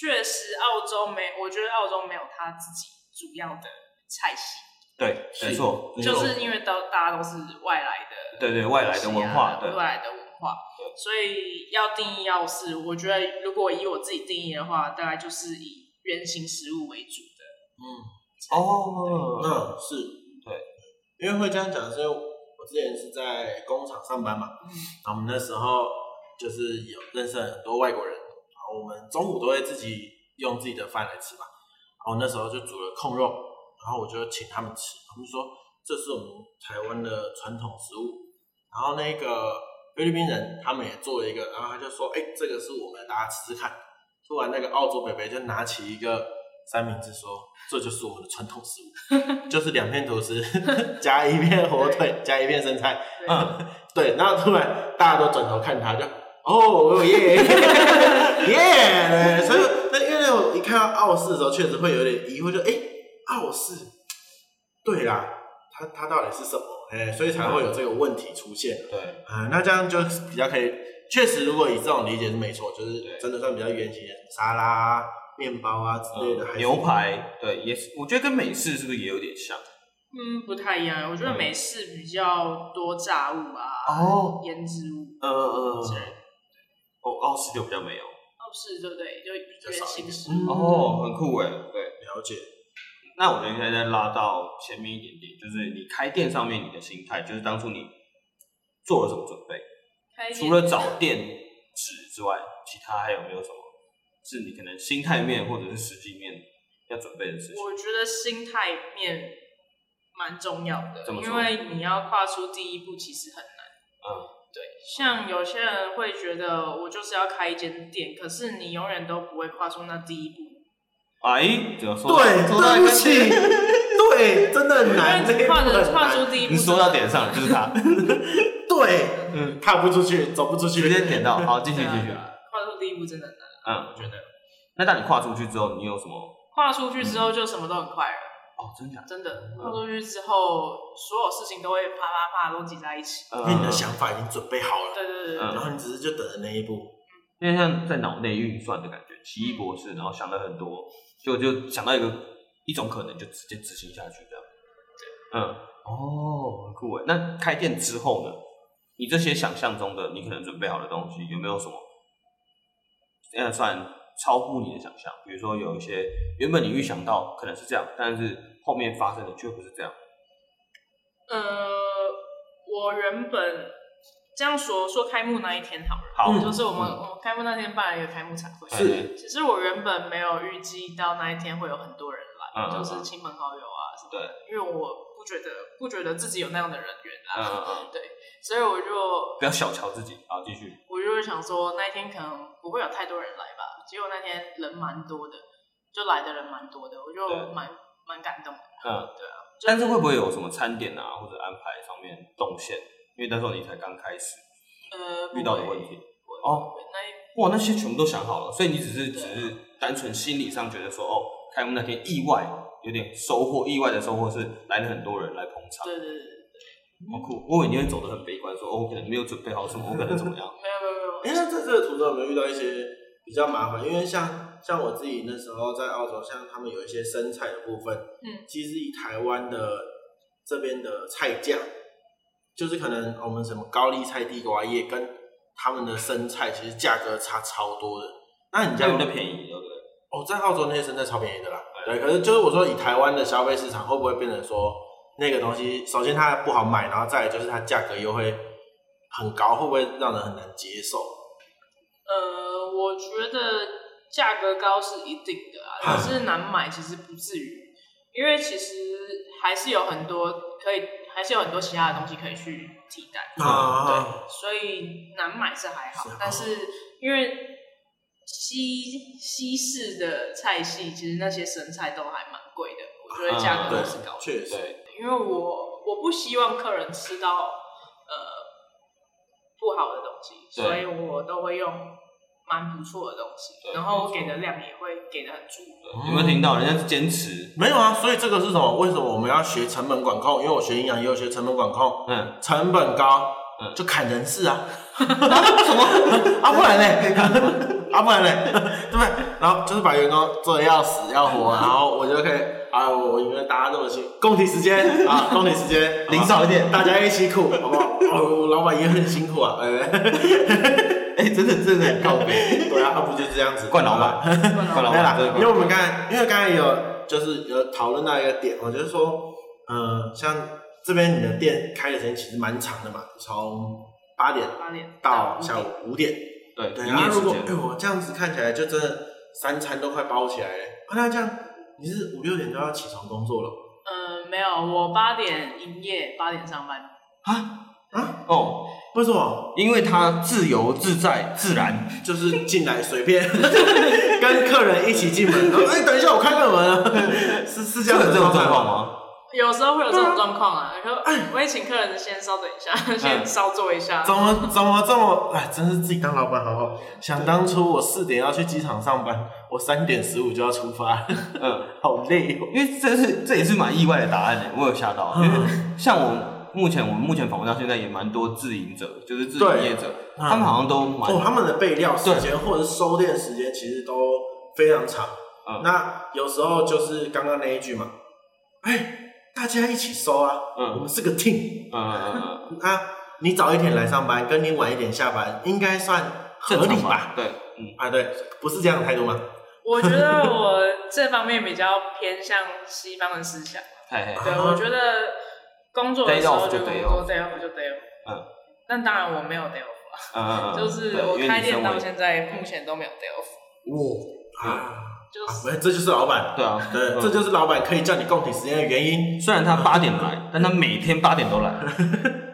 C: 确实澳洲没，我觉得澳洲没有它自己主要的菜系，
A: 对，
B: 是
A: 没错，没
C: 就
A: 错
C: 是因为到大家都是外来的，
A: 对对外来的文化对
C: 啊外来的文化，所以要定义澳式，我觉得如果以我自己定义的话，大概就是以圆形食物为主的。
B: 嗯，
A: 哦，
B: 那是
A: 对，
B: 嗯因为会这样讲，是因为我之前是在工厂上班嘛，然后我们那时候就是有认识很多外国人，然后我们中午都会自己用自己的饭来吃嘛，然后那时候就煮了控肉，然后我就请他们吃，他们说这是我们台湾的传统食物，然后那个菲律宾人他们也做了一个，然后他就说，哎、这个是我们的大家吃吃看。突然，那个澳洲北北就拿起一个三明治说：“这就是我们的传统食物。”就是两片吐司 加一片火腿加一片生菜，
C: 对，
A: 嗯，
B: 对，然后突然大家都转头看他就，哦耶 耶，所以那因为我一看到奥氏的时候，确实会有点疑惑，就哎奥氏，对啦，它它到底是什么？哎、所以才会有这个问题出现
A: 对，
B: 啊、那这样就比较可以，确实如果以这种理解是没错，就是
A: 对
B: 真的算比较圆形的沙拉啊、面包啊之类的，还
A: 嗯
B: 是
A: 牛排，对，也是，我觉得跟美式是不是也有点像？
C: 嗯，不太一样。我觉得美式比较多炸物啊，
A: 哦，
C: 腌制物
A: 嗯嗯
C: 之
A: 嗯，
C: 类的。
A: 哦，澳式就比较没有，
C: 澳式对不对？就
B: 较
C: 圆
B: 少一点
C: 形食
B: 嗯
C: 物。
A: 哦，很酷哎，对。
B: 了解，
A: 那我觉得应该再拉到前面一点点，就是你开店上面你的心态，就是当初你做了什么准备？
C: 开店
A: 除了找店址之外，其他还有没有什么是你可能心态面或者是实际面要准备的事情？
C: 我觉得心态面蛮重要的
A: 怎，么说
C: 因为你要跨出第一步其实很难。
A: 嗯，
C: 对，像有些人会觉得我就是要开一间店，可是你永远都不会跨出那第一步，
A: 哎，怎么说？
B: 对，
A: 说到
B: 对不起， 对，真的很难，这
C: 因为
B: 个
C: 跨
B: 真的
C: 着
B: 很
C: 跨
B: 难
C: 出第一步，
A: 你说到点，上了，就是 他，
B: 对，
A: 嗯，
B: 踏不出去，走不出去，
A: 直接点到，好，继续
C: 对啊
A: 继续，
C: 跨出第一步真的很难。
A: 嗯，
C: 我觉得
A: 那当你跨出去之后，你有什么？
C: 跨出去
A: 嗯
C: 之后就什么都很快了，
A: 哦，真假的？
C: 真的跨出去之后，所有事情都会啪啪啪都挤在一起。
B: 因为
A: 呃
B: 你的想法已经准备好了，
C: 对对对对，
A: 嗯
B: 然后你只是就等着那一步，
A: 因为像在脑内运算的感觉，奇异博士，然后想了很多，就就想到一个一种可能，就直接执行下去这样。嗯，哦，很
B: 欸
A: 酷哎。那开店之后呢？你这些想象中的，你可能准备好的东西，有没有什么，呃，算超乎你的想象？比如说有一些原本你预想到可能是这样，但是后面发生的却不是这样。
C: 呃，我原本这样说说开幕那一天好了，
A: 好，
C: 哦嗯就是我们、我开幕那天办了一个开幕茶会。
A: 嗯是
C: 其实我原本没有预计到那一天会有很多人来，
A: 嗯嗯嗯
C: 就是亲朋好友啊什么的，因为我不觉得不觉得自己有那样的人缘
A: 嗯
C: 啊，
A: 嗯嗯，
C: 所以我就
A: 不要小瞧自己好，继续。
C: 我就是想说那一天可能不会有太多人来吧，结果那天人蛮多的，就来的人蛮多的，我
A: 对
C: 就蛮蛮感动的。
A: 嗯，
C: 对啊，
A: 但是会不会有什么餐点啊，或者安排上面动线？因为那时候你才刚开始
C: 呃，
A: 遇到的
C: 不会
A: 问题，
C: 不会
A: 哦，
C: 那一
A: 哇，那些全部都想好了，所以你只是只是单纯心理上觉得说，哦，开幕那天意外有点收获，意外的收获是来了很多人来捧场，
C: 对对对对。
A: 好酷。我以为你会走得很悲观，说哦，我可能没有准备好什么，我可能怎么样，
C: 没有没有没有，
B: 哎，那在这个途中有没有遇到一些比较麻烦？因为像像我自己那时候在澳洲，像他们有一些生菜的部分，
C: 嗯，
B: 其实以台湾的这边的菜价就是可能我们什么高丽菜、地瓜叶跟他们的生菜，其实价格差超多的。那 你这
A: 这样
B: 样
A: 就便宜，对不对？
B: 哦，在澳洲那些生菜超便宜的啦。对，可是就是我说，以台湾的消费市场，会不会变成说那个东西，首先它不好买，然后再来就是它价格又会很高，会不会让人很难接受？
C: 呃，我觉得价格高是一定的啊，可是难买其实不至于，因为其实还是有很多可以，还是有很多其他的东西可以去替代。
B: 啊，
C: 对，所以难买是还好，
B: 是啊
C: 但是因为西西式的菜系，其实那些生菜都还蛮贵的，我觉得价格
B: 对
C: 都啊是高的。，
B: 确实，
A: 对，
C: 因为我我不希望客人吃到呃不好的东西，
A: 对
C: 所以我都会用蛮不错的东西，
A: 对
C: 然后我给的量也会给的很足。
A: 对有没有听到？人家是坚持，
B: 没有啊。所以这个是什么？为什么我们要学成本管控？因为我学营养也有学成本管控，
A: 嗯，
B: 成本高呃
A: 嗯
B: 就砍人事啊，什么？ 啊不然嘞， 啊不然嘞， 对不对？然后就是把员工做的要死要活，然后我就可以啊，我我因为大家都有辛工体时间 啊，工体时 间
A: 领少一点
B: 好吧大家一起苦，好不好？哦，老板也很辛苦啊，哎，
A: 哎、真的真的很告别，
B: 对啊，他不就这样子
A: 冠老板，冠老
B: 对啊啦
A: 板，真的，
B: 因为我们刚才，因为刚才有就是有讨论到一个点，我就是说，嗯，像这边你的店开的时间其实蛮长的嘛，从八点
C: 八点
B: 到下
C: 下
B: 午五点，
A: 对，
B: 对，
A: 营
B: 然后
A: 业时
B: 如果
A: 间
B: 哎、我这样子看起来就真的三餐都快包起来了，啊、那这样你是五六点就要起床工作了
C: 呃，没有，我八点营业，八点上班。
B: 啊？
A: 哦，
B: 为什么？
A: 因为他自由自在自然，
B: 就是进来随便 跟客人一起进门，然后哎、等一下我开个门啊， 是是这
A: 这
B: 样
A: 样
B: 的
A: 有这种状
B: 状况
A: 况
B: 吗？
A: 吗？
C: 有时候会有这种状况啊，然后我会请客人先稍等一下，先稍坐一下。
B: 怎么怎么这么哎，真是自己当老板好好。想当初我四点要去机场上班，我三点十五就要出发，
A: 嗯，
B: 好累哦。
A: 因为这是这也是蛮意外的答案呢，我有吓到，因为像我目前我们目前访问到现在也蛮多自营者，就是自营业者，
B: 嗯
A: 他们好像都蛮、
B: 哦，他们的备料时间或者是收店时间其实都非常长。
A: 嗯
B: 那有时候就是刚刚那一句嘛，哎，大家一起收啊，
A: 嗯
B: 我们是个 team
A: 嗯嗯嗯嗯，
B: 啊。你早一点来上班，跟你晚一点下班，应该算合
A: 正
B: 理
A: 常
B: 嗯吧？？
A: 对，嗯，
B: 啊，对，不是这样的态度吗？
C: 我觉得我这方面比较偏向西方的思想。
A: 嘿嘿，
C: 对，
B: 啊
C: 我觉得工作的
A: Day
C: 时候
A: off
C: 就
A: 就
C: 工
A: day
C: 作
A: off
C: day off 就 day off。
A: 嗯。
C: 但当然我没有 day
A: 嗯
C: off，
A: 嗯
C: 啊
A: 嗯，
C: 就是
A: 对
C: 我
A: 因为
C: 开
A: 你身
C: 店到
A: 为
C: 现在目前都没有 day off，
B: 哇啊，
C: 就是
B: 没，这就是老板。
A: 对啊，
B: 对，
A: 嗯
B: 这就是老板可以叫你供体时间的原因。
A: 虽然他八点来，但他每天八点都来，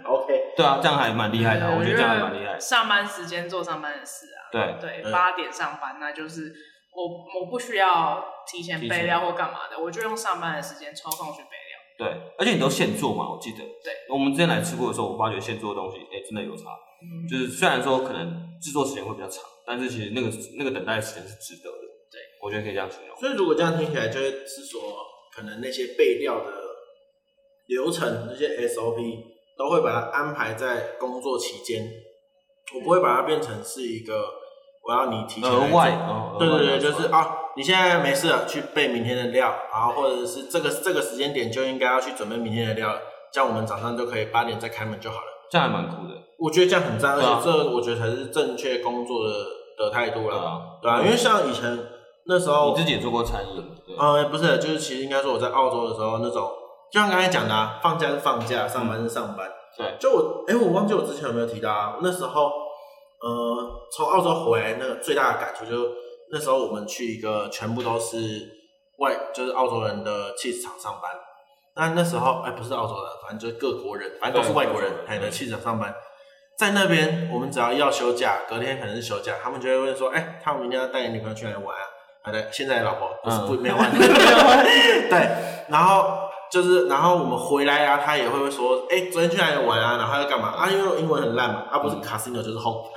B: OK，
A: 对啊，这样还蛮厉害的啊，我觉得这样还蛮厉害。
C: 上班时间做上班的事啊，
A: 对，
C: 对，
B: 嗯
C: 八点上班那就是我我不需要提前
A: 提前嗯
C: 备料或干嘛的，我就用上班的时间抽空去备料。
A: 对，而且你都现做嘛，我记得。对，我们之前来吃过的时候，我发觉现做的东西，哎、真的有差。
C: 嗯
A: 就是虽然说可能制作时间会比较长，但是其实那个那个等待的时间是值得的。
C: 对，
A: 我觉得可以这样形容。
B: 所以如果这样听起来，就是是说，可能那些备料的流程、那些 SOP 都会把它安排在工作期间，我不会把它变成是一个我要你提前来
A: 额
B: 做
A: 外，哦，
B: 对
A: 额外
B: 对对，
A: 来说
B: 就是啊，你现在没事了，去备明天的料，然后或者是这个这个时间点就应该要去准备明天的料了，这样我们早上就可以八点再开门就好了。
A: 这样还蛮酷的。
B: 我觉得这样很赞，而
A: 对啊
B: 且这我觉得才是正确工作的的态度
A: 对
B: 啦。
A: 啊，
B: 对啊，因为像以前那时候
A: 你，自己也做过餐饮，对，
B: 呃，不是，就是其实应该说我在澳洲的时候那种，就像刚才讲的、啊，放假是放假，上班是上班。
A: 对，
B: 就我，哎、我忘记我之前有没有提到啊，那时候，呃，从澳洲回来那个最大的感触就是，那时候我们去一个全部都是外，就是澳洲人的 cheese 厂上班。那那时候，哎、不是澳洲人，反正就是各国人，反正都是外国人
A: 对，
B: 哎，的 cheese 厂上班。在那边，我们只要要休假，隔天可能是休假，他们就会问说：“哎、他们明天要带你女朋友去哪里玩啊？”好的，现在的老婆不是不、没有换， 对，然后就是然后我们回来啊，他也会说，哎、昨天去哪里玩啊？然后要干嘛啊？因为我英文很烂嘛，啊不是 casino 就是 home，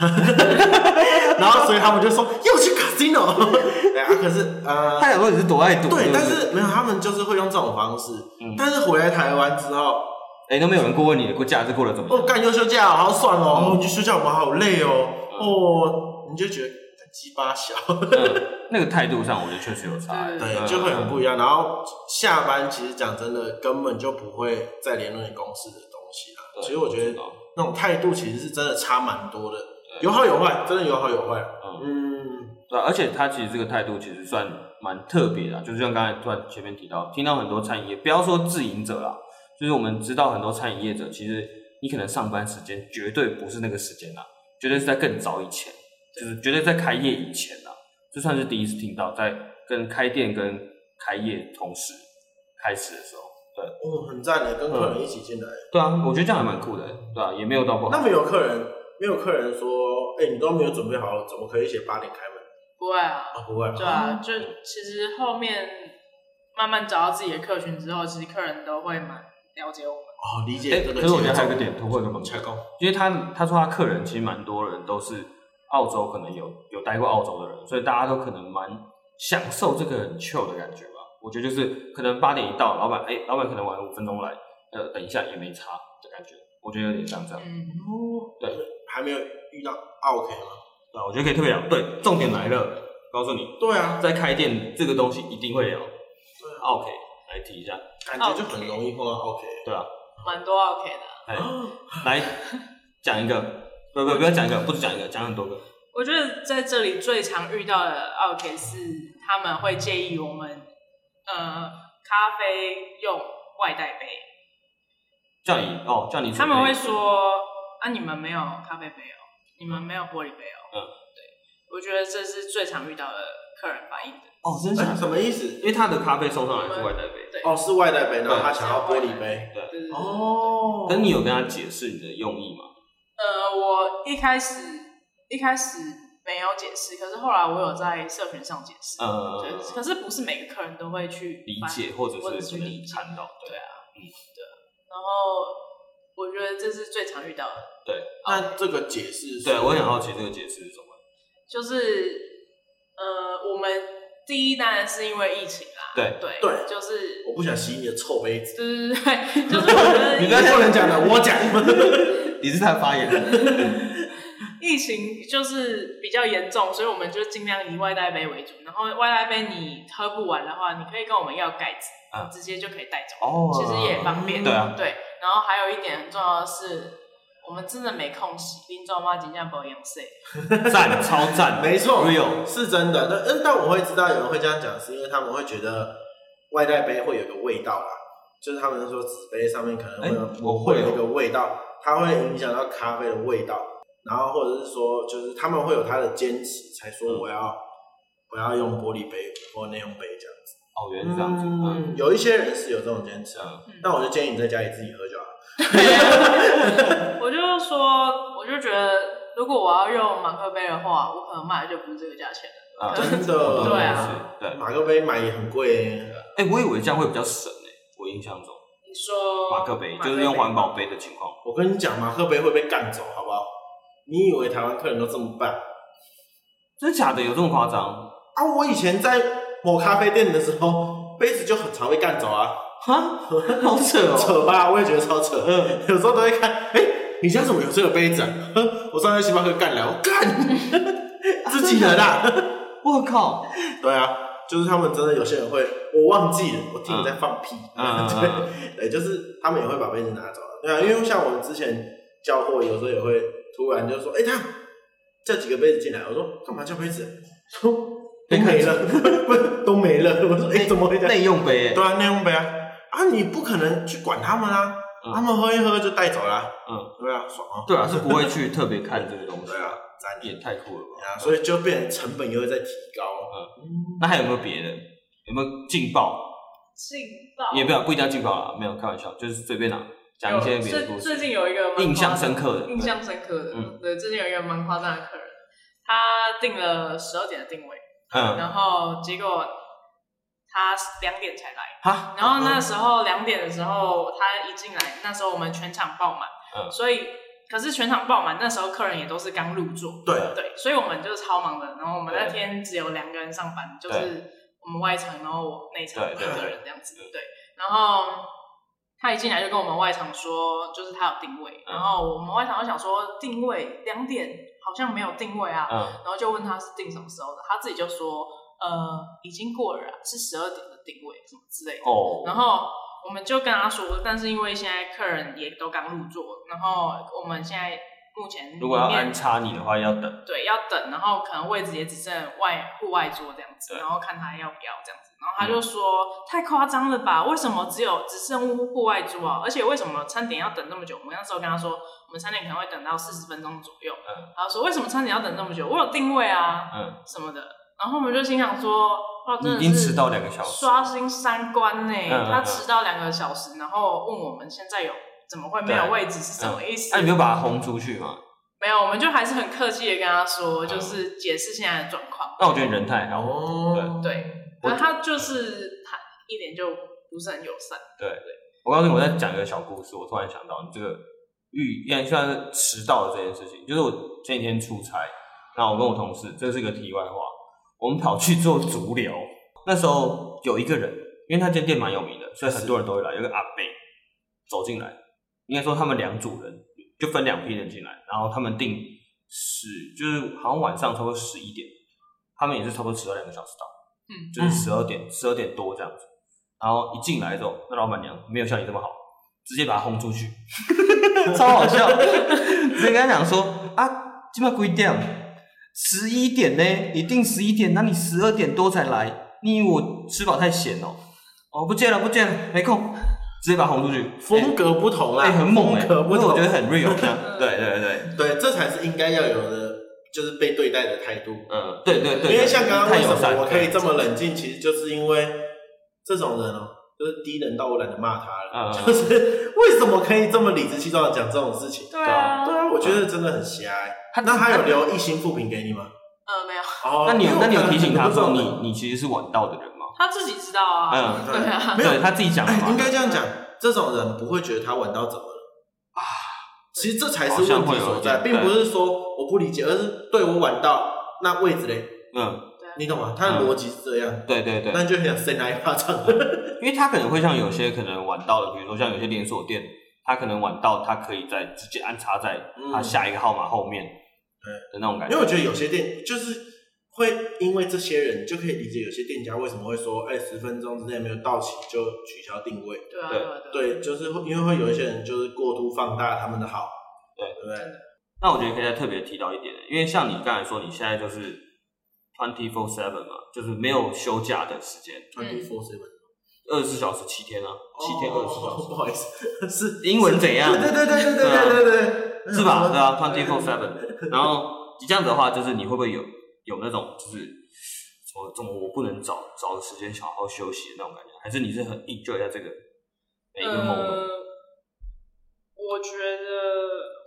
B: 然后所以他们就说又去 casino，对啊，可是呃，
A: 他想说你是多爱赌，
B: 对，
A: 不
B: 但是没有，他们就是会用这种方式，
A: 嗯
B: 但是回来台湾之后，
A: 哎、都没有人过问你过假日过得怎么
B: 哦，
A: 样。
B: 干又休假、哦，好爽哦！哦，你休假我们好累哦，哦，你就觉得干鸡巴 小，
A: 嗯，那个态度上，我觉得确实有差。
C: 对
B: 对，
A: 嗯
B: 就会很不一样。然后下班其实讲真的，根本就不会再联络你公司的东西了。
A: 对
B: 其实我觉得
A: 知道
B: 那种态度其实是真的差蛮多的，有好有坏，真的有好有坏。嗯，
A: 对啊、而且他其实这个态度其实算蛮特别的啊、就是像刚才突然前面提到，听到很多餐饮业，不要说自营者啦，就是我们知道很多餐饮业者，其实你可能上班时间绝对不是那个时间啦，绝对是在更早以前，就是绝对在开业以前啦，这算是第一次听到，在跟开店跟开业同时开始的时候，
B: 哦，很赞的，跟客
A: 嗯
B: 人一起进来。
A: 对啊，我觉得这样还蛮酷的，对啊，也没有到不
B: 那
A: 好，
B: 么有客人，没有客人说，哎、你都没有准备好，怎么可以写八点开门？
C: 不会啊，
B: 啊，不会，
C: 对
A: 嗯
C: 啊，就其实后面慢慢找到自己的客群之后，其实客人都会蛮了解我们。
B: 哦，理
A: 哎
B: 解这个节奏。嗯
A: 可是我觉得还有一个点突破一个门槛
B: 采购
A: 因为他他说他客人其实蛮多人都是澳洲，可能有有待过澳洲的人，所以大家都可能蛮享受这个很 chill 的感觉吧。我觉得就是可能八点一到，老板哎、老板可能晚五分钟来，呃，等一下也没差的感觉。我觉得有点像这样。
C: 嗯，
B: 哦，
A: 对，
B: 还没有遇到 OK 吗？
A: 对啊，我觉得可以特别聊。对，重点来了，告诉你，
B: 对啊，
A: 在开店这个东西一定会聊。
B: 对啊，
A: OK，来提一下。
B: 感觉就很容易碰到 OK。
A: 对啊，
C: 蛮多 OK 的啊。
A: 哎、来讲一个，不不不要讲一个，不止讲一个，讲很多个。
C: 我觉得在这里最常遇到的 OK 是他们会建议我们，呃，咖啡用外带杯，
A: 叫你哦，叫你
C: 他们
A: 准备
C: 会说啊，你们没有咖啡杯哦，你们没有玻璃杯哦。
A: 嗯，
C: 对，我觉得这是最常遇到的客人反应的。
A: 哦，真假
B: 哎
A: 的？
B: 什么意思？
A: 因为他的咖啡送上来是外带杯，
C: 对，
B: 哦，是外带杯，然后他想要玻璃杯。
A: 对。
C: 对对对
B: 哦，
A: 可是你有跟他解释你的用意吗？
C: 呃，我一开始一开始没有解释，可是后来我有在社群上解释。
A: 呃，
C: 对，可是不是每个客人都会去
A: 理
C: 翻
A: 解或者
C: 或者
A: 是
C: 去
A: 可
C: 理
A: 能
C: 解。
A: 看到，
C: 对
A: 对
C: 啊，嗯，对啊。然后我觉得这是最常遇到的，
A: 对
B: 那这个解释是，
A: 对，我也很好奇这个解释是什么。
C: 就是呃，我们第一当然是因为疫情啦，
A: 对
C: 对
B: 对
C: 就是
B: 我不想洗你的臭杯子。
C: 对对对，就是 我觉得
A: 你不要
C: 疫
A: 不能
B: 讲的，我讲。
A: 你是他发言人，
C: 疫情就是比较严重，所以我们就尽量以外带杯为主。然后外带杯你喝不完的话，你可以跟我们要盖子，
A: 啊
C: 直接就可以带走，
A: 哦
C: 其实也方便。
A: 对啊
C: 对。然后还有一点很重要的是，我们真的没空洗，拎走妈尽量不用 洗。
A: 赞，超赞，
B: 没错
A: real，
B: 是真的。但但但我会知道有人会这样讲，是因为他们会觉得外带杯会有个味道啦，就是他们说纸杯上面可能会有、
A: 哎我
B: 会
A: 会哦
B: 有那个味道，它会影响到咖啡的味道。然后或者是说，就是他们会有他的坚持，才
A: 嗯
B: 说我要、我要用玻璃杯或内用杯这样子。
A: 哦，原来是这样子，嗯，
B: 嗯，有一些人是有这种坚持啊，
A: 嗯
B: 但我就建议你在家里自己喝就好了。
C: 我就说，我就觉得，如果我要用马克杯的话，我可能卖的就不是这个价钱了。
A: 啊，
B: 真
A: 我
B: 的，
A: 懂
C: 对
A: 意
C: 啊
A: 思对，
B: 马克杯买也很贵耶、
A: 哎，我以为这样会比较省诶，我印象中
C: 你说
A: 马克杯就是用环保杯的情况，
B: 我跟你讲，马克杯会被干走，好不好？你以为台湾客人都这么办
A: 真的假的有这么夸张？
B: 啊？我以前在某咖啡店的时候，杯子就很常被干走啊，
A: 哈， 好扯哦，
B: 扯吧，我也觉得超扯。有时候都会看，哎、你家怎么有这个杯子啊？呵我上次在星巴克干 来，我干，自己人啊。
A: 我靠，
B: 对啊，就是他们真的有些人会，我忘记了，我听你在放屁。
A: 嗯嗯
B: 对
A: 嗯
B: 对，就是他们也会把杯子拿走了。对啊，因为像我们之前教货，有时候也会突然就说：“哎、他叫几个杯子进来。”我说：“干嘛叫杯子？”说都没了， 不是都没了。我说：“哎、怎么会这样
A: 内用杯？”
B: 对
A: 哎，
B: 啊，内用杯啊，啊，你不可能去管他们啊，
A: 嗯
B: 他们喝一喝就带走了、
A: 嗯，
B: 对啊，爽啊。
A: 对啊，是不会去特别看这个东西
B: 对，啊，咱
A: 也太酷了吧？
B: 啊，所以就变成成本又会在提高。
A: 嗯
B: 嗯
A: 那还有没有别的？有没有劲爆？
C: 劲爆
A: 也不要不一定要劲爆啦，没有开玩笑，就是随便拿讲一些别的故
C: 最最
A: 事，
C: 近有一个蛮夸张
A: 印象深刻的。
C: 印象深刻的，
A: 嗯
C: 对，最近有一个蛮夸张的客人，他订了十二点的定位，
A: 嗯，
C: 然后结果他两点才来，
A: 哈，
C: 然后那时候两点的时候他一进来，那时候我们全场爆满，
A: 嗯
C: 所以可是全场爆满，那时候客人也都是刚入座，
B: 对
C: 对，所以我们就是超忙的，然后我们
A: 对
C: 那天只有两个人上班，就
A: 对
C: 是我们外场，然后我内场
A: 对对
C: 两个
B: 对
C: 人这样子，对，然后。他一进来就跟我们外场说，就是他有定位，
A: 嗯
C: 然后我们外场就想说定位两点好像没有定位啊，
A: 嗯，
C: 然后就问他是定什么时候的，他自己就说呃已经过了啊、是十二点的定位什么之类的，
A: 哦，
C: 然后我们就跟他说，但是因为现在客人也都刚入座，然后我们现在目前里
A: 如果要
C: 面
A: 安插你的话，要等。
C: 对，要等，然后可能位置也只剩外户外桌这样子，
A: 对嗯
C: 然后看他要不要这样子。然后他就说、太夸张了吧？为什么只有只剩户户外桌啊？而且为什么餐点要等那么久？我那时候跟他说，我们餐点可能会等到四十分钟左右。
A: 嗯，
C: 他就说为什么餐点要等那么久？我有定位啊
A: 嗯，
C: 什么的。然后我们就心想说，哇，真
A: 你已
C: 的
A: 经
C: 是
A: 迟到两个小时。
C: 刷新三观呢、
A: 嗯嗯
C: 他迟到两个小时，然后问我们现在有怎么会没有位置是什么意思？
A: 那你没有把他轰出去吗？
C: 没有，我们就还是很客气的跟他
A: 哦
C: 说，就是解释现在的状况。
A: 那我觉得你人太好。
B: 哦，
C: 对，
A: 我
C: 然后他就是他一点就不是很友善。
A: 我告诉你，我在讲一个小故事，我突然想到，你这个预言算是迟到的这件事情，就是我前几天出差，然后我跟我同事，这是一个题外话，我们跑去做足疗，那时候有一个人，因为他间店蛮有名的，所以很多人都会来，有一个阿伯走进来，应该说他们两组人就分两批人进来，然后他们定十，就是好像晚上差不多十一点，他们也是差不多迟到两个小时到。
C: 嗯，
A: 就是十二点十二点多这样子。然后一进来之后，那老板娘没有像你这么好，直接把他轰出 去，超好笑。直接跟他讲说啊，今晚几点？十一点呢？你定十一点，那你十二点多才来，你以为我吃饱太闲哦？哦，不见了，不见了，没空，直接把他轰出去。
B: 风格不同啦，
A: 哎、很猛哎、
B: 风格不
A: 因为
B: 同，
A: 我觉得很 real 这 样。对对对，
B: 对，这才是应该要有的，就是被对待的态度。
A: 嗯，对对对，
B: 因为像刚刚
A: 太
B: 为
A: 友
B: 什
A: 善
B: 么我可以这么冷静，其实就是因为这种人哦、就是低能到我懒得骂他了，
A: 嗯嗯
B: 就是为什么可以这么理直气壮的讲这种事情？
C: 对
A: 啊
C: 啊，
B: 对啊，我觉得真的很狭隘。
A: 他
B: 那他有留一星负评给你吗？
C: 呃，没有，
B: 哦，
A: 那你有
B: 因为我
A: 那你有
B: 可能
A: 提醒他
B: 不知
A: 说
B: 道
A: 你你其实是晚到的人吗？
C: 他自己知道啊。
A: 嗯，
B: 对
C: 对啊，
B: 没有
A: 对他自己讲的
B: 哎，
A: 嘛
B: 应。该这样讲，这种人不会觉得他玩到怎么了啊？其实这才是
A: 好像
B: 问
A: 会
B: 题
A: 有
B: 所
A: 一点
B: 在，并不是说我不理解，而是对我玩到那位置嘞，
A: 嗯，
B: 你懂吗？他的逻辑是这样，
A: 对对对，
B: 那你就很想扇他一巴掌。
A: 因为他可能会像有些可能晚到的，比如说像有些连锁店，他可能晚到，他可以在直接安插在他下一个号码后面的那种感
B: 因
A: 觉。
B: 为我觉得有些店就是会因为这些人，你就可以理解有些店家为什么会说，哎、十分钟之内没有到齐就取消定位。
C: 对啊，
A: 对
C: 对啊，对啊。
B: 对，就是会因为会有一些人就是过度放大他们的好，
A: 对
B: 对不对？
A: 那我觉得可以再特别提到一点，因为像你刚才说，你现在就是 twenty four seven 嘛，就是没有休假的时间，
B: twenty four seven，哦
A: 二十四小时七天啊，七天二十四小时，
B: 不好意思， 是
A: 英文怎样
B: 对对对对对对对对 对，
A: 是吧？对啊，twenty four seven。然后你这样子的话，就是你会不会有有那种就是什么怎么我不能找找个时间好好休息的那种感觉？还是你是很 enjoy 在这个每一个 moment？
C: 呃，我觉得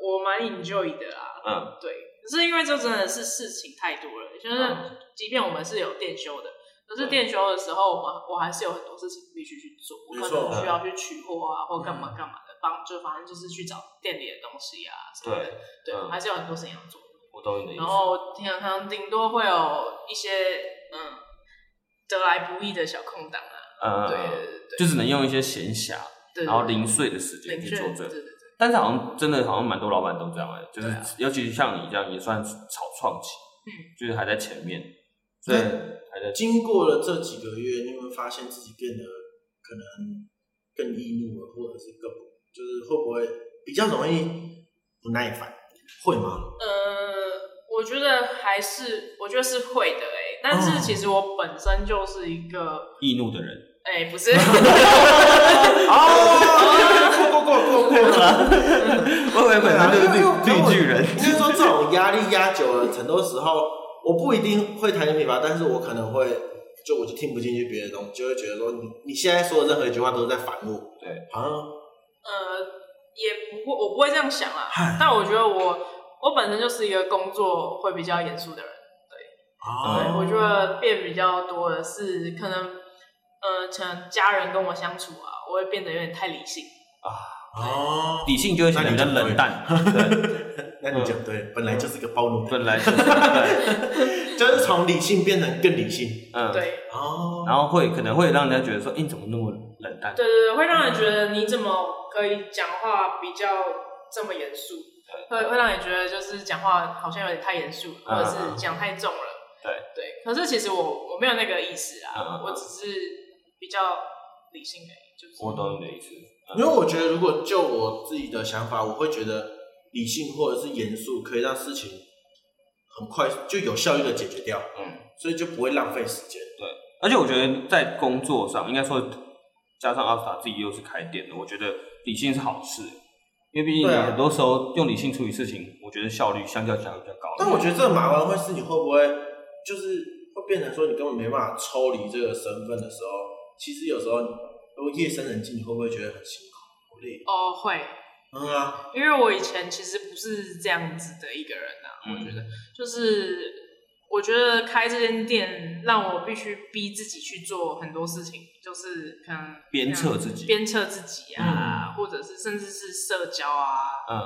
C: 我蛮 enjoy 的啊啦。
A: 嗯
C: 对，可是因为这真的是事情太多了，就是
A: 嗯
C: 即便我们是有店休的，可是
A: 对
C: 店休的时候，我们我还是有很多事情必须去做，我
B: 没
C: 可
B: 错
C: 能需
A: 嗯
C: 要去取货啊，或干嘛干嘛的，帮就反正就是去找店里的东西啊什么
A: 对
C: 的，，对，
A: 嗯
C: 还是有很多事情要做。
A: 我懂你的意思
C: 然。后平常顶多会有一些嗯得来不易的小空档啊，
A: 嗯嗯
C: 对对
A: 嗯，
C: 对
A: 就只能用一些闲暇，
C: 对，
A: 然后零碎的时间
C: 零
A: 去做这
C: 碎，对
A: 个。
C: 对对。
A: 但是好像真的好像蛮多老板都这样哎、就是、
C: 对啊
A: 尤其像你这样也算是草创期，
C: 嗯，
A: 就是还在前面，所以
B: 那
A: 还在
B: 经过了这几个月，你有没有发现自己变得可能更易怒了，或者是更就是会不会比较容易不耐烦？会吗？
C: 呃，我觉得还是，我觉得是会的哎、但是其实我本身就是一个，
A: 易怒的人。
C: 哎、不是，
B: 哦，过过过过过了。
A: 我以为本身就是
B: 对啊
A: 绿绿巨人。
B: 应该说这种压力压久了，很多时候我不一定会弹琴琵琶，但是我可能会就我就听不进去别的东西，就会觉得说你你现在说的任何一句话都是在烦我，
A: 对，
B: 好像
C: 呃，也不会，我不会这样想啊
B: 嗨。
C: 但我觉得我，我本身就是一个工作会比较严肃的人，
B: 哎
C: 对，我觉得变比较多的是可能，呃，可能家人跟我相处啊，我会变得有点太理性。
B: 哦，
A: 理性就会显得比较冷淡，对，
B: 那你讲对，本来就是个暴怒的
A: 本
B: 人。
A: 来就是 对，
B: 就是从理性变成更理性
A: 嗯，
C: 对，
B: 哦
A: 然后会可能会让人家觉得说，哎、你怎么那么冷淡？
C: 对对对，会让人觉得你怎么可以讲话比较这么严肃，会会让你觉得就是讲话好像有点太严肃，
A: 嗯
C: 或者是讲太重了。
A: 对
C: 对，可是其实我我没有那个意思
A: 嗯嗯
C: 啊
A: 嗯，
C: 我只是比较理性而已。就是
A: 我懂你的意思。
B: 因为我觉得，如果就我自己的想法，我会觉得理性或者是严肃，可以让事情很快就有效率的解决掉，
A: 嗯，哦
B: 所以就不会浪费时间。
A: 而且我觉得在工作上，应该说加上阿斯塔自己又是开店的，我觉得理性是好事，因为毕竟你
B: 对啊
A: 很多时候用理性处理事情，我觉得效率相较起来会比较高。
B: 但我觉得这个麻烦会是你会不会就是会变成说你根本没办法抽离这个身份的时候，其实有时候如果夜深人静，你会不会觉得很辛苦、好累？
C: 哦会，
B: 嗯啊，
C: 因为我以前其实不是这样子的一个人啊，
A: 嗯
C: 我觉得就是我觉得开这间店让我必须逼自己去做很多事情，就是可能
A: 鞭策自己
C: 鞭策自己啊，或者是甚至是社交啊，
A: 嗯，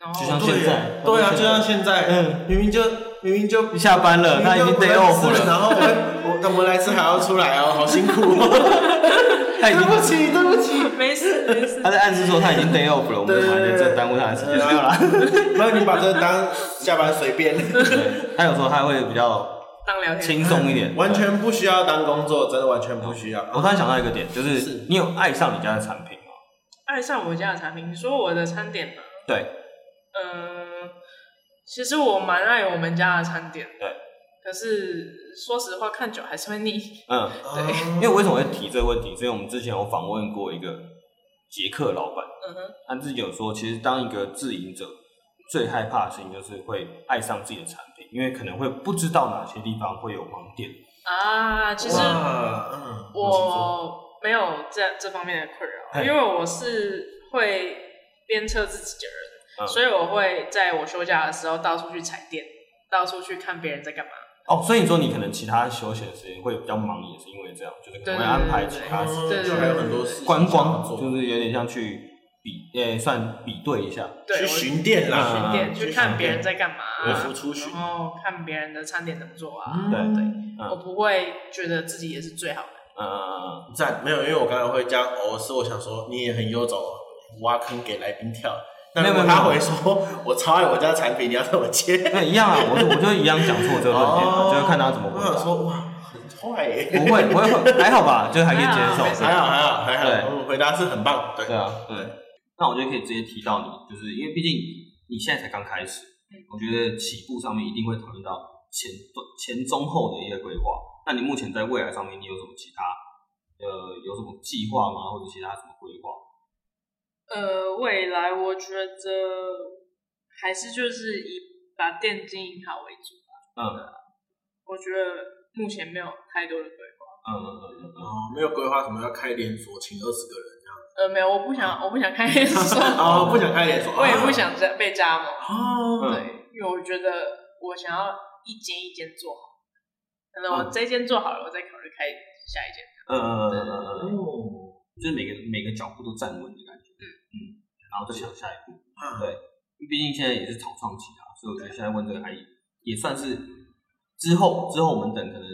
C: 然
A: 就像
C: 后
A: 现
B: 对
A: 在
B: 对啊，
A: 像现在
B: 就像现在，
A: 嗯
B: 明明就明明就
A: 你下班了，他已经 day
B: 明明就
A: off
B: 不认识
A: 了，
B: 然后我我我们来吃还要出来哦，好辛苦、 哦。
A: 他已
B: 对
A: 经
B: 不起，对不起。
C: 没事没事
A: 他，在暗示说他已经 day off 了，我们就还在这耽误他 的时间，没有啦。
B: 然后你把这当下班随便，
A: 对他有时候他会比较
C: 当聊天
A: 轻松一点，
B: 完全不需要当工作，真的完全不需 要。
A: 我突然想到一个点，就是是你有爱上你家的产品吗？
C: 爱上哎我家的产品，你说我的餐点吗？
A: 对，
C: 嗯，其实我蛮爱我们家的餐点，
A: 对。
C: 可是说实话，看久还是会腻。
A: 嗯，因为
B: 对
A: 为什么会提这个问题？是因为我们之前有访问过一个捷克老板，
C: 嗯哼，
A: 他自己有说，其实当一个自营者最害怕的事情就是会爱上自己的产品，因为可能会不知道哪些地方会有盲点。
C: 啊，其实
B: 哇，嗯，
C: 我没有这这方面的困扰，
A: 嘿
C: 因为我是会鞭策自己的
A: 嗯，
C: 人，所以我会在我休假的时候到处去踩店，到处去看别人在干嘛。
A: 哦，所以你说你可能其他休闲时间会比较忙，也是因为这样，就是可能会
C: 对
A: 安排其他
B: 嗯
C: 对对
B: 就还有很多事情
A: 观
B: 想
A: 光
B: 要，做
A: 就是有点像去比，诶、算比对一下。
C: 对，
B: 去
C: 我
B: 巡店啦，
A: 嗯
C: 巡店
B: 去
C: 去
B: 巡
C: 看别人
B: 店
C: 在干嘛，啊
B: 微服出啊巡
C: 然后看别人的餐点怎么做啊。
A: 对
C: 对，
A: 嗯
C: 我不会觉得自己也是最好的。
A: 嗯嗯嗯嗯。
B: 赞，没有，因为我刚才会这样，偶尔是我想说你也很有种，挖坑给来宾跳。那如
A: 没
B: 果
A: 有没有
B: 他回说我超爱我家产品，你要怎么接？
A: 那一样啊，我就我就一样讲错这个论点啊，就是看他怎么回
B: 我
A: 答。
B: 想说哇，很坏耶。
A: 不会不会，还好吧，就是还可以接
C: 还好没
A: 受。
C: 事
B: 还好还好还好，
A: 对
B: 嗯回答是很棒，对
A: 对啊，对。那我就可以直接提到你，就是因为毕竟你现在才刚开始，我觉得起步上面一定会讨论到前前中后的一个规划。那你目前在未来上面，你有什么其他呃有什么计划吗？或者其他什么规划？
C: 呃，未来我觉得还是就是以把店经营好为主吧。啊
A: 嗯
C: 我觉得目前没有太多的规划。
A: 嗯嗯嗯嗯
B: 哦，没有规划什么要开连锁，请二十个人这样。
C: 呃，没有，我不想，我不想开连锁，
B: 哦，不想开连锁，
C: 我也不
B: 啊。
C: 想再被加盟。
B: 哦，
A: 嗯
C: 对，因为我觉得我想要一间一间做好。可能
B: 嗯
C: 我这间做好了，我再考虑开下一间。
A: 嗯嗯嗯嗯嗯，
B: 哦，
A: 就是每个每个脚步都站稳的感觉。嗯，然后再想下一步。
B: 啊
A: 对毕竟现在也是草创期啊，所以我觉得现在问这个还也算是之后之后我们等可能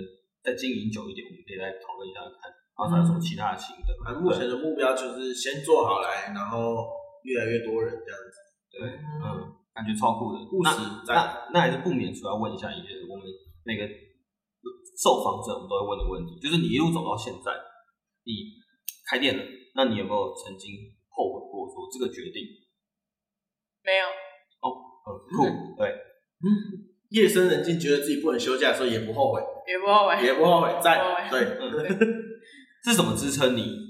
A: 再经营久一点，我们可以来讨论一下看，然后还有什么其他的新的。
B: 反正目前的目标就是先做好来，然后越来越多人这样子。
A: 对，对嗯，感觉超酷的，
B: 务
A: 那
B: 实在。
A: 那那还是不免说要问一下一些我们每个受访者我们都会问的问题，就是你一路走到现在，你开店了，那你有没有曾经后悔过说这个决定
C: 没有，
A: 很
B: 嗯
A: 酷？对，
B: 夜深人静，觉得自己不能休假的时候也不后悔，
C: 也不后悔。
B: 也不后悔，
C: 不后
B: 在
C: 悔
B: 对，
A: 嗯， 是怎么支撑你？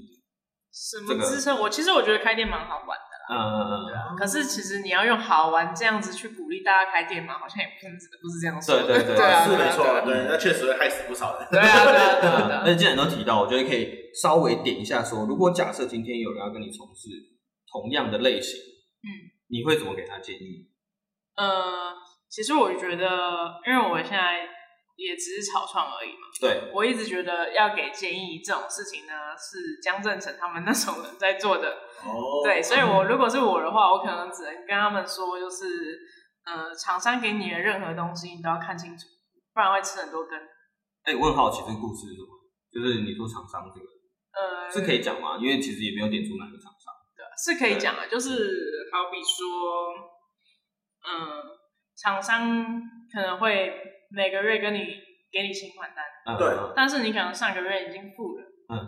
C: 什
A: 这个
C: 么支撑？我其实我觉得开店蛮好玩的。
A: 嗯嗯嗯嗯。
C: 可是其实你要用好玩这样子去鼓励大家开店嘛，好像也不是不是这样说的。
A: 对对对
C: 对啊，
B: 是
C: 对
B: 没
C: 啊
B: 错
C: 对啊，
B: 对，那确实会害死不少人。
C: 对啊对啊对 啊对啊
A: 而且既然都提到，我觉得可以稍微点一下说，如果假设今天有人要跟你从事同样的类型，
C: 嗯，
A: 你会怎么给他建议？
C: 呃，其实我觉得，因为我现在也只是草创而已嘛，
A: 对，
C: 我一直觉得要给建议这种事情呢，是江正成他们那种人在做的。
B: 哦
C: 对，所以我如果是我的话，我可能只能跟他们说，就是呃，厂商给你的任何东西，你都要看清楚，不然会吃很多根。
A: 哎、我很好奇这个故事是什么，就是你说厂商这个
C: 呃，
A: 是可以讲吗？因为其实也没有点出哪个厂商。
C: 是可以讲的，就是好比说，嗯，厂商可能会每个月跟你给你新款单，
A: 嗯、
B: 对
A: 嗯
C: 但是你可能上个月已经付了，
A: 嗯，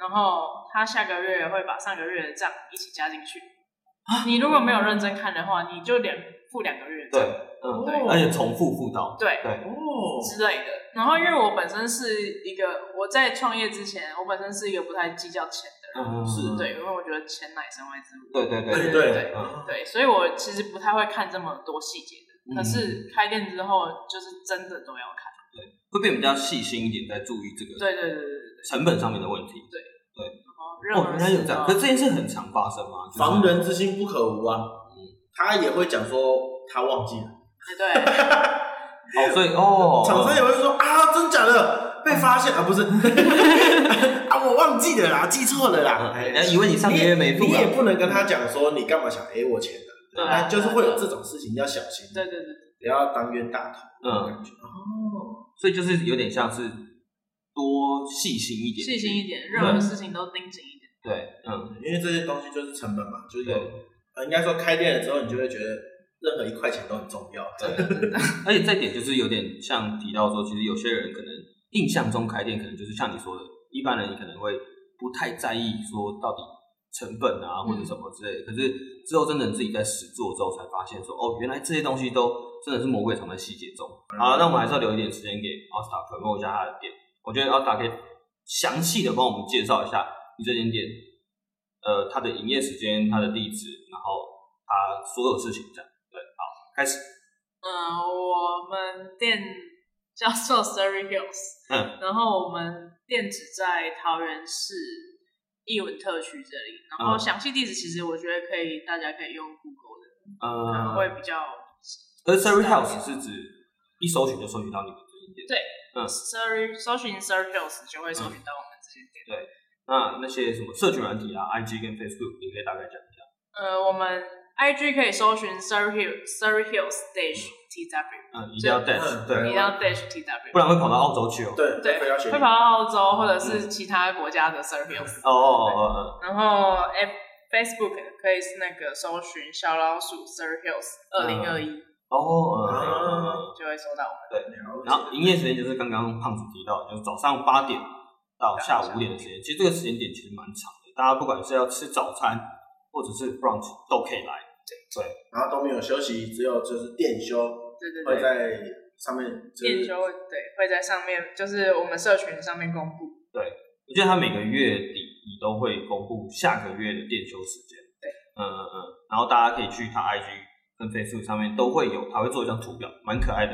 C: 然后他下个月会把上个月的账一起加进去。
A: 啊
C: 你如果没有认真看的话，你就两付两个月的账，
A: 对，嗯
B: 哦
C: 啊
A: 对，而且重复辅导，
C: 对
B: 哦，
C: 之类的。然后因为我本身是一个我在创业之前，我本身是一个不太计较钱的
A: 嗯
B: 是
C: 人，对，因为我觉得钱乃身外之物，
A: 对对
B: 哎
A: 对
B: 对
A: 对，嗯
C: 对，所以我其实不太会看这么多细节的。
B: 嗯
C: 可是开店之后，就是真的都要看。
A: 会变比较细心一点，在注意这个
C: 对对对对对对。
A: 成本上面的问题。
C: 然
A: 哦，
C: 后任何
A: 原来有
C: 事
A: 这
C: 都
A: 样，
C: 要
A: 可是这件事很常发生吗？就是
B: 防人之心不可无啊。他也会讲说他忘记了，
C: 哎对，
A: 哦，所以哦，
B: 厂商也会说啊，真假的被发现啊，不是 啊，我忘记了啦，记错了啦。哎
A: 人嗯家以为你上个月没付
B: 你也
A: 啊，嗯
B: 不能跟他讲说你干嘛想 A 我钱的，
C: 对
B: 哎
C: 啊
B: 就是会有这种事情要小心，
C: 对对对，
B: 不要当冤大头。
A: 嗯，
B: 哦，
A: 所以就是有点像是多细心一点，
C: 细心一点，任何事情都盯紧一点。
A: 对，嗯，
B: 因为这些东西就是成本嘛，就是有
A: 对，
B: 呃应该说开店了之后，你就会觉得任何一块钱都很重要。
A: 对，而且这点就是有点像提到说，其实有些人可能印象中开店可能就是像你说的，一般人你可能会不太在意说到底成本啊或者什么之类的，可是之后真的自己在实做之后才发现说，哦，原来这些东西都真的是魔鬼藏在细节中。好，那我们还是要留一点时间给 Asta promote 一下他的店，我觉得 Asta 可以详细的帮我们介绍一下你这间店，呃，它的营业时间、它的地址，然后它所有事情这样。对，好，开始。
C: 嗯，我们店叫做 Surrey Hills，
A: 嗯
C: 然后我们店址在桃园市艺文特区这里，然后
A: 嗯
C: 详细地址其实我觉得可以，大家可以用 Google 的，可能会
A: 呃，
C: 比较
A: 可是 Surrey House 是指一搜寻就搜寻到你们这一点。嗯
C: Surrey 呃搜寻 Surrey Hills 就会搜寻到我们这些店。
A: 那那些什么社群软体啊，IG 跟 Facebook，你可以大概讲一下。
C: 呃，我们 IG 可以搜寻 Surrey Surrey Hills dash TW，
A: 嗯，一定要 dash，
B: 对
A: 对，
C: 一定要 dash TW，
A: 不然会跑到澳洲去哦。
B: 对
C: 对
B: 非要学
C: 会跑到澳洲或者是其他国家的 Surrey Hills。
A: 哦哦哦
C: 然后 F Facebook 可以是那个搜寻小老鼠 Sir Hills 二零二一，
A: 哦哦，嗯
C: 就会搜到我们。
B: 了解
A: 然后营业时间就是刚刚胖子提到的，就是早上八点到下午五点的时间。其实这个时间点其实蛮长的，大家不管是要吃早餐或者是 brunch 都可以来。
B: 然后都没有休息，只有就是店休
C: 对对
B: 会
C: 对，
B: 在上面就是
C: 店就会对会在上面，就是我们社群上面公布。
A: 我记得他每个月底你都会公布下个月的店休时间。
C: 对，
A: 嗯嗯嗯，然后大家可以去他 IG 跟 Facebook 上面都会有，他会做一张图表，蛮可爱的。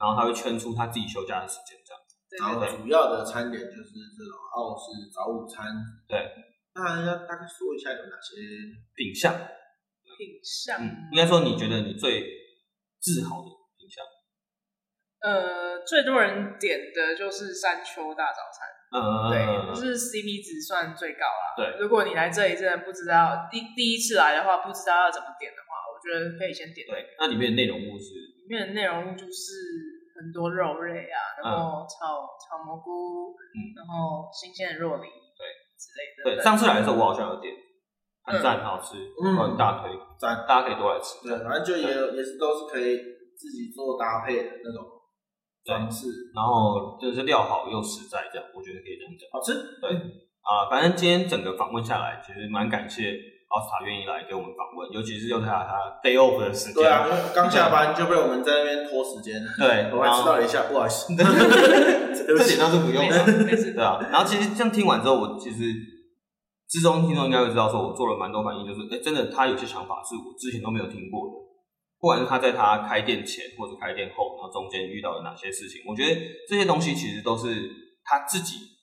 A: 然后他会圈出他自己休假的时间，这样。
C: 对
B: 然
C: 对
B: 后
C: 对，
B: 主要的餐点就是这种澳式早午餐。
A: 对，
B: 那要大概说一下有哪些？
A: 品相，
C: 品相、
A: 嗯，应该说你觉得你最自豪的品相，
C: 呃，最多人点的就是山丘大早餐，
A: 嗯嗯
C: 对，
A: 嗯嗯嗯，
C: 就是 CP 值算最高啦。
A: 对，
C: 如果你来这里真的不知道第第一次来的话，不知道要怎么点的话，我觉得可以先点
A: 对。那里面的内容物是，
C: 里面的内容物就是很多肉类啊，然后炒、炒蘑菇，
A: 嗯
C: 然后新鲜的肉梨，对之类的。
A: 对，上次来的时候我好像有点，很
C: 嗯
A: 赞，很好吃，哦
B: 嗯
A: 很大推，
B: 赞
A: 大家可以多来吃。
B: 对，反正就也有也是都是可以自己做搭配的那种方式，
A: 然后就是料好又实在，这样我觉得可以这样讲。
B: 好吃。
A: 对啊、反正今天整个访问下来，其实蛮感谢奥斯卡愿意来给我们访问，尤其是又在他 day off 的时间，
B: 对啊，因为刚下班就被我们在那边拖时间，
A: 对，
B: 我还迟到了一下，不好意思。对 不
A: 这
B: 起
A: 点倒是不用
C: 没
A: 了，
C: 事没事，
A: 对啊。然后其实这样听完之后，我其实之中听众应该会知道，说我做了蛮多反应，就是哎、诶真的他有些想法是我之前都没有听过的，不管是他在他开店前或者开店后，然后中间遇到的哪些事情，我觉得这些东西其实都是他自己。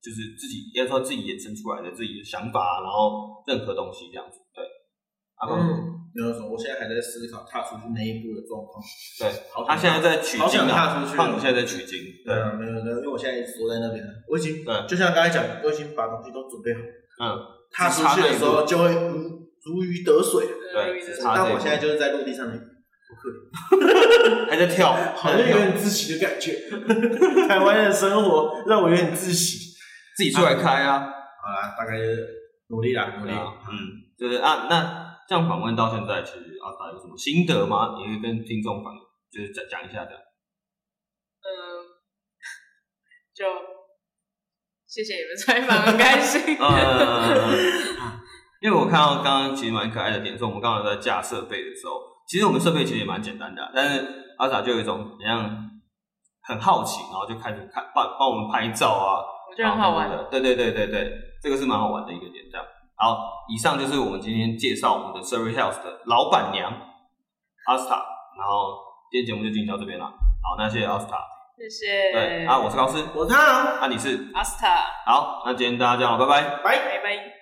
A: 就是自己应该说自己衍生出来的自己的想法，啊然后任何东西这样子，对。啊，
B: 嗯，没有什么，我现在还在思考踏出去那一步的状况。
A: 对，
B: 好
A: 他现
B: 想
A: 在在取
B: 好
A: 经
B: 想
A: 啊
B: 踏，出去
A: 胖子现在在取经，
B: 对啊，没有没有，因为我现在一直缩在那边了，我已经
A: 对
B: 就像刚才讲，我已经把东西都准备好，
A: 嗯，
B: 踏出去的时候就会如如鱼得水。
A: 对，只差
B: 但
A: 这一
B: 我现在
A: 步
B: 就是在陆地上面，好可怜。
A: 还在跳，
B: 好像有点窒息的感觉。 台湾的生活让我有点窒息。
A: 自己出来开啊，
B: 好啦，大概就是努力啦，努力。
A: 对啊，嗯，就是啊，那这样访问到现在，其实阿达有什么心得吗？也可以跟听众反就是讲
C: 呃
A: 讲一下的，
C: 嗯，就谢谢你们采访，很开心。
A: 嗯呃，因为我看到刚刚其实蛮可爱的点，是我们刚刚在架设备的时候，其实我们设备其实也蛮简单的啊、但是阿傻就有一种怎样很好奇，然后就开始看帮帮我们拍照啊，
C: 我觉得很好玩。
A: 的。对对对对对，这个是蛮好玩的一个点，这样。好，以上就是我们今天介绍我们的 Survey House 的老板娘阿斯塔，然后今天节目就进行到这边了。好，那谢谢阿斯塔。
C: 谢谢。
A: 对，啊，我是高斯，
B: 我他
A: 啊，你是，
C: 阿斯塔，
A: 好，那今天大家这样，拜拜。
B: 拜。
C: 拜拜。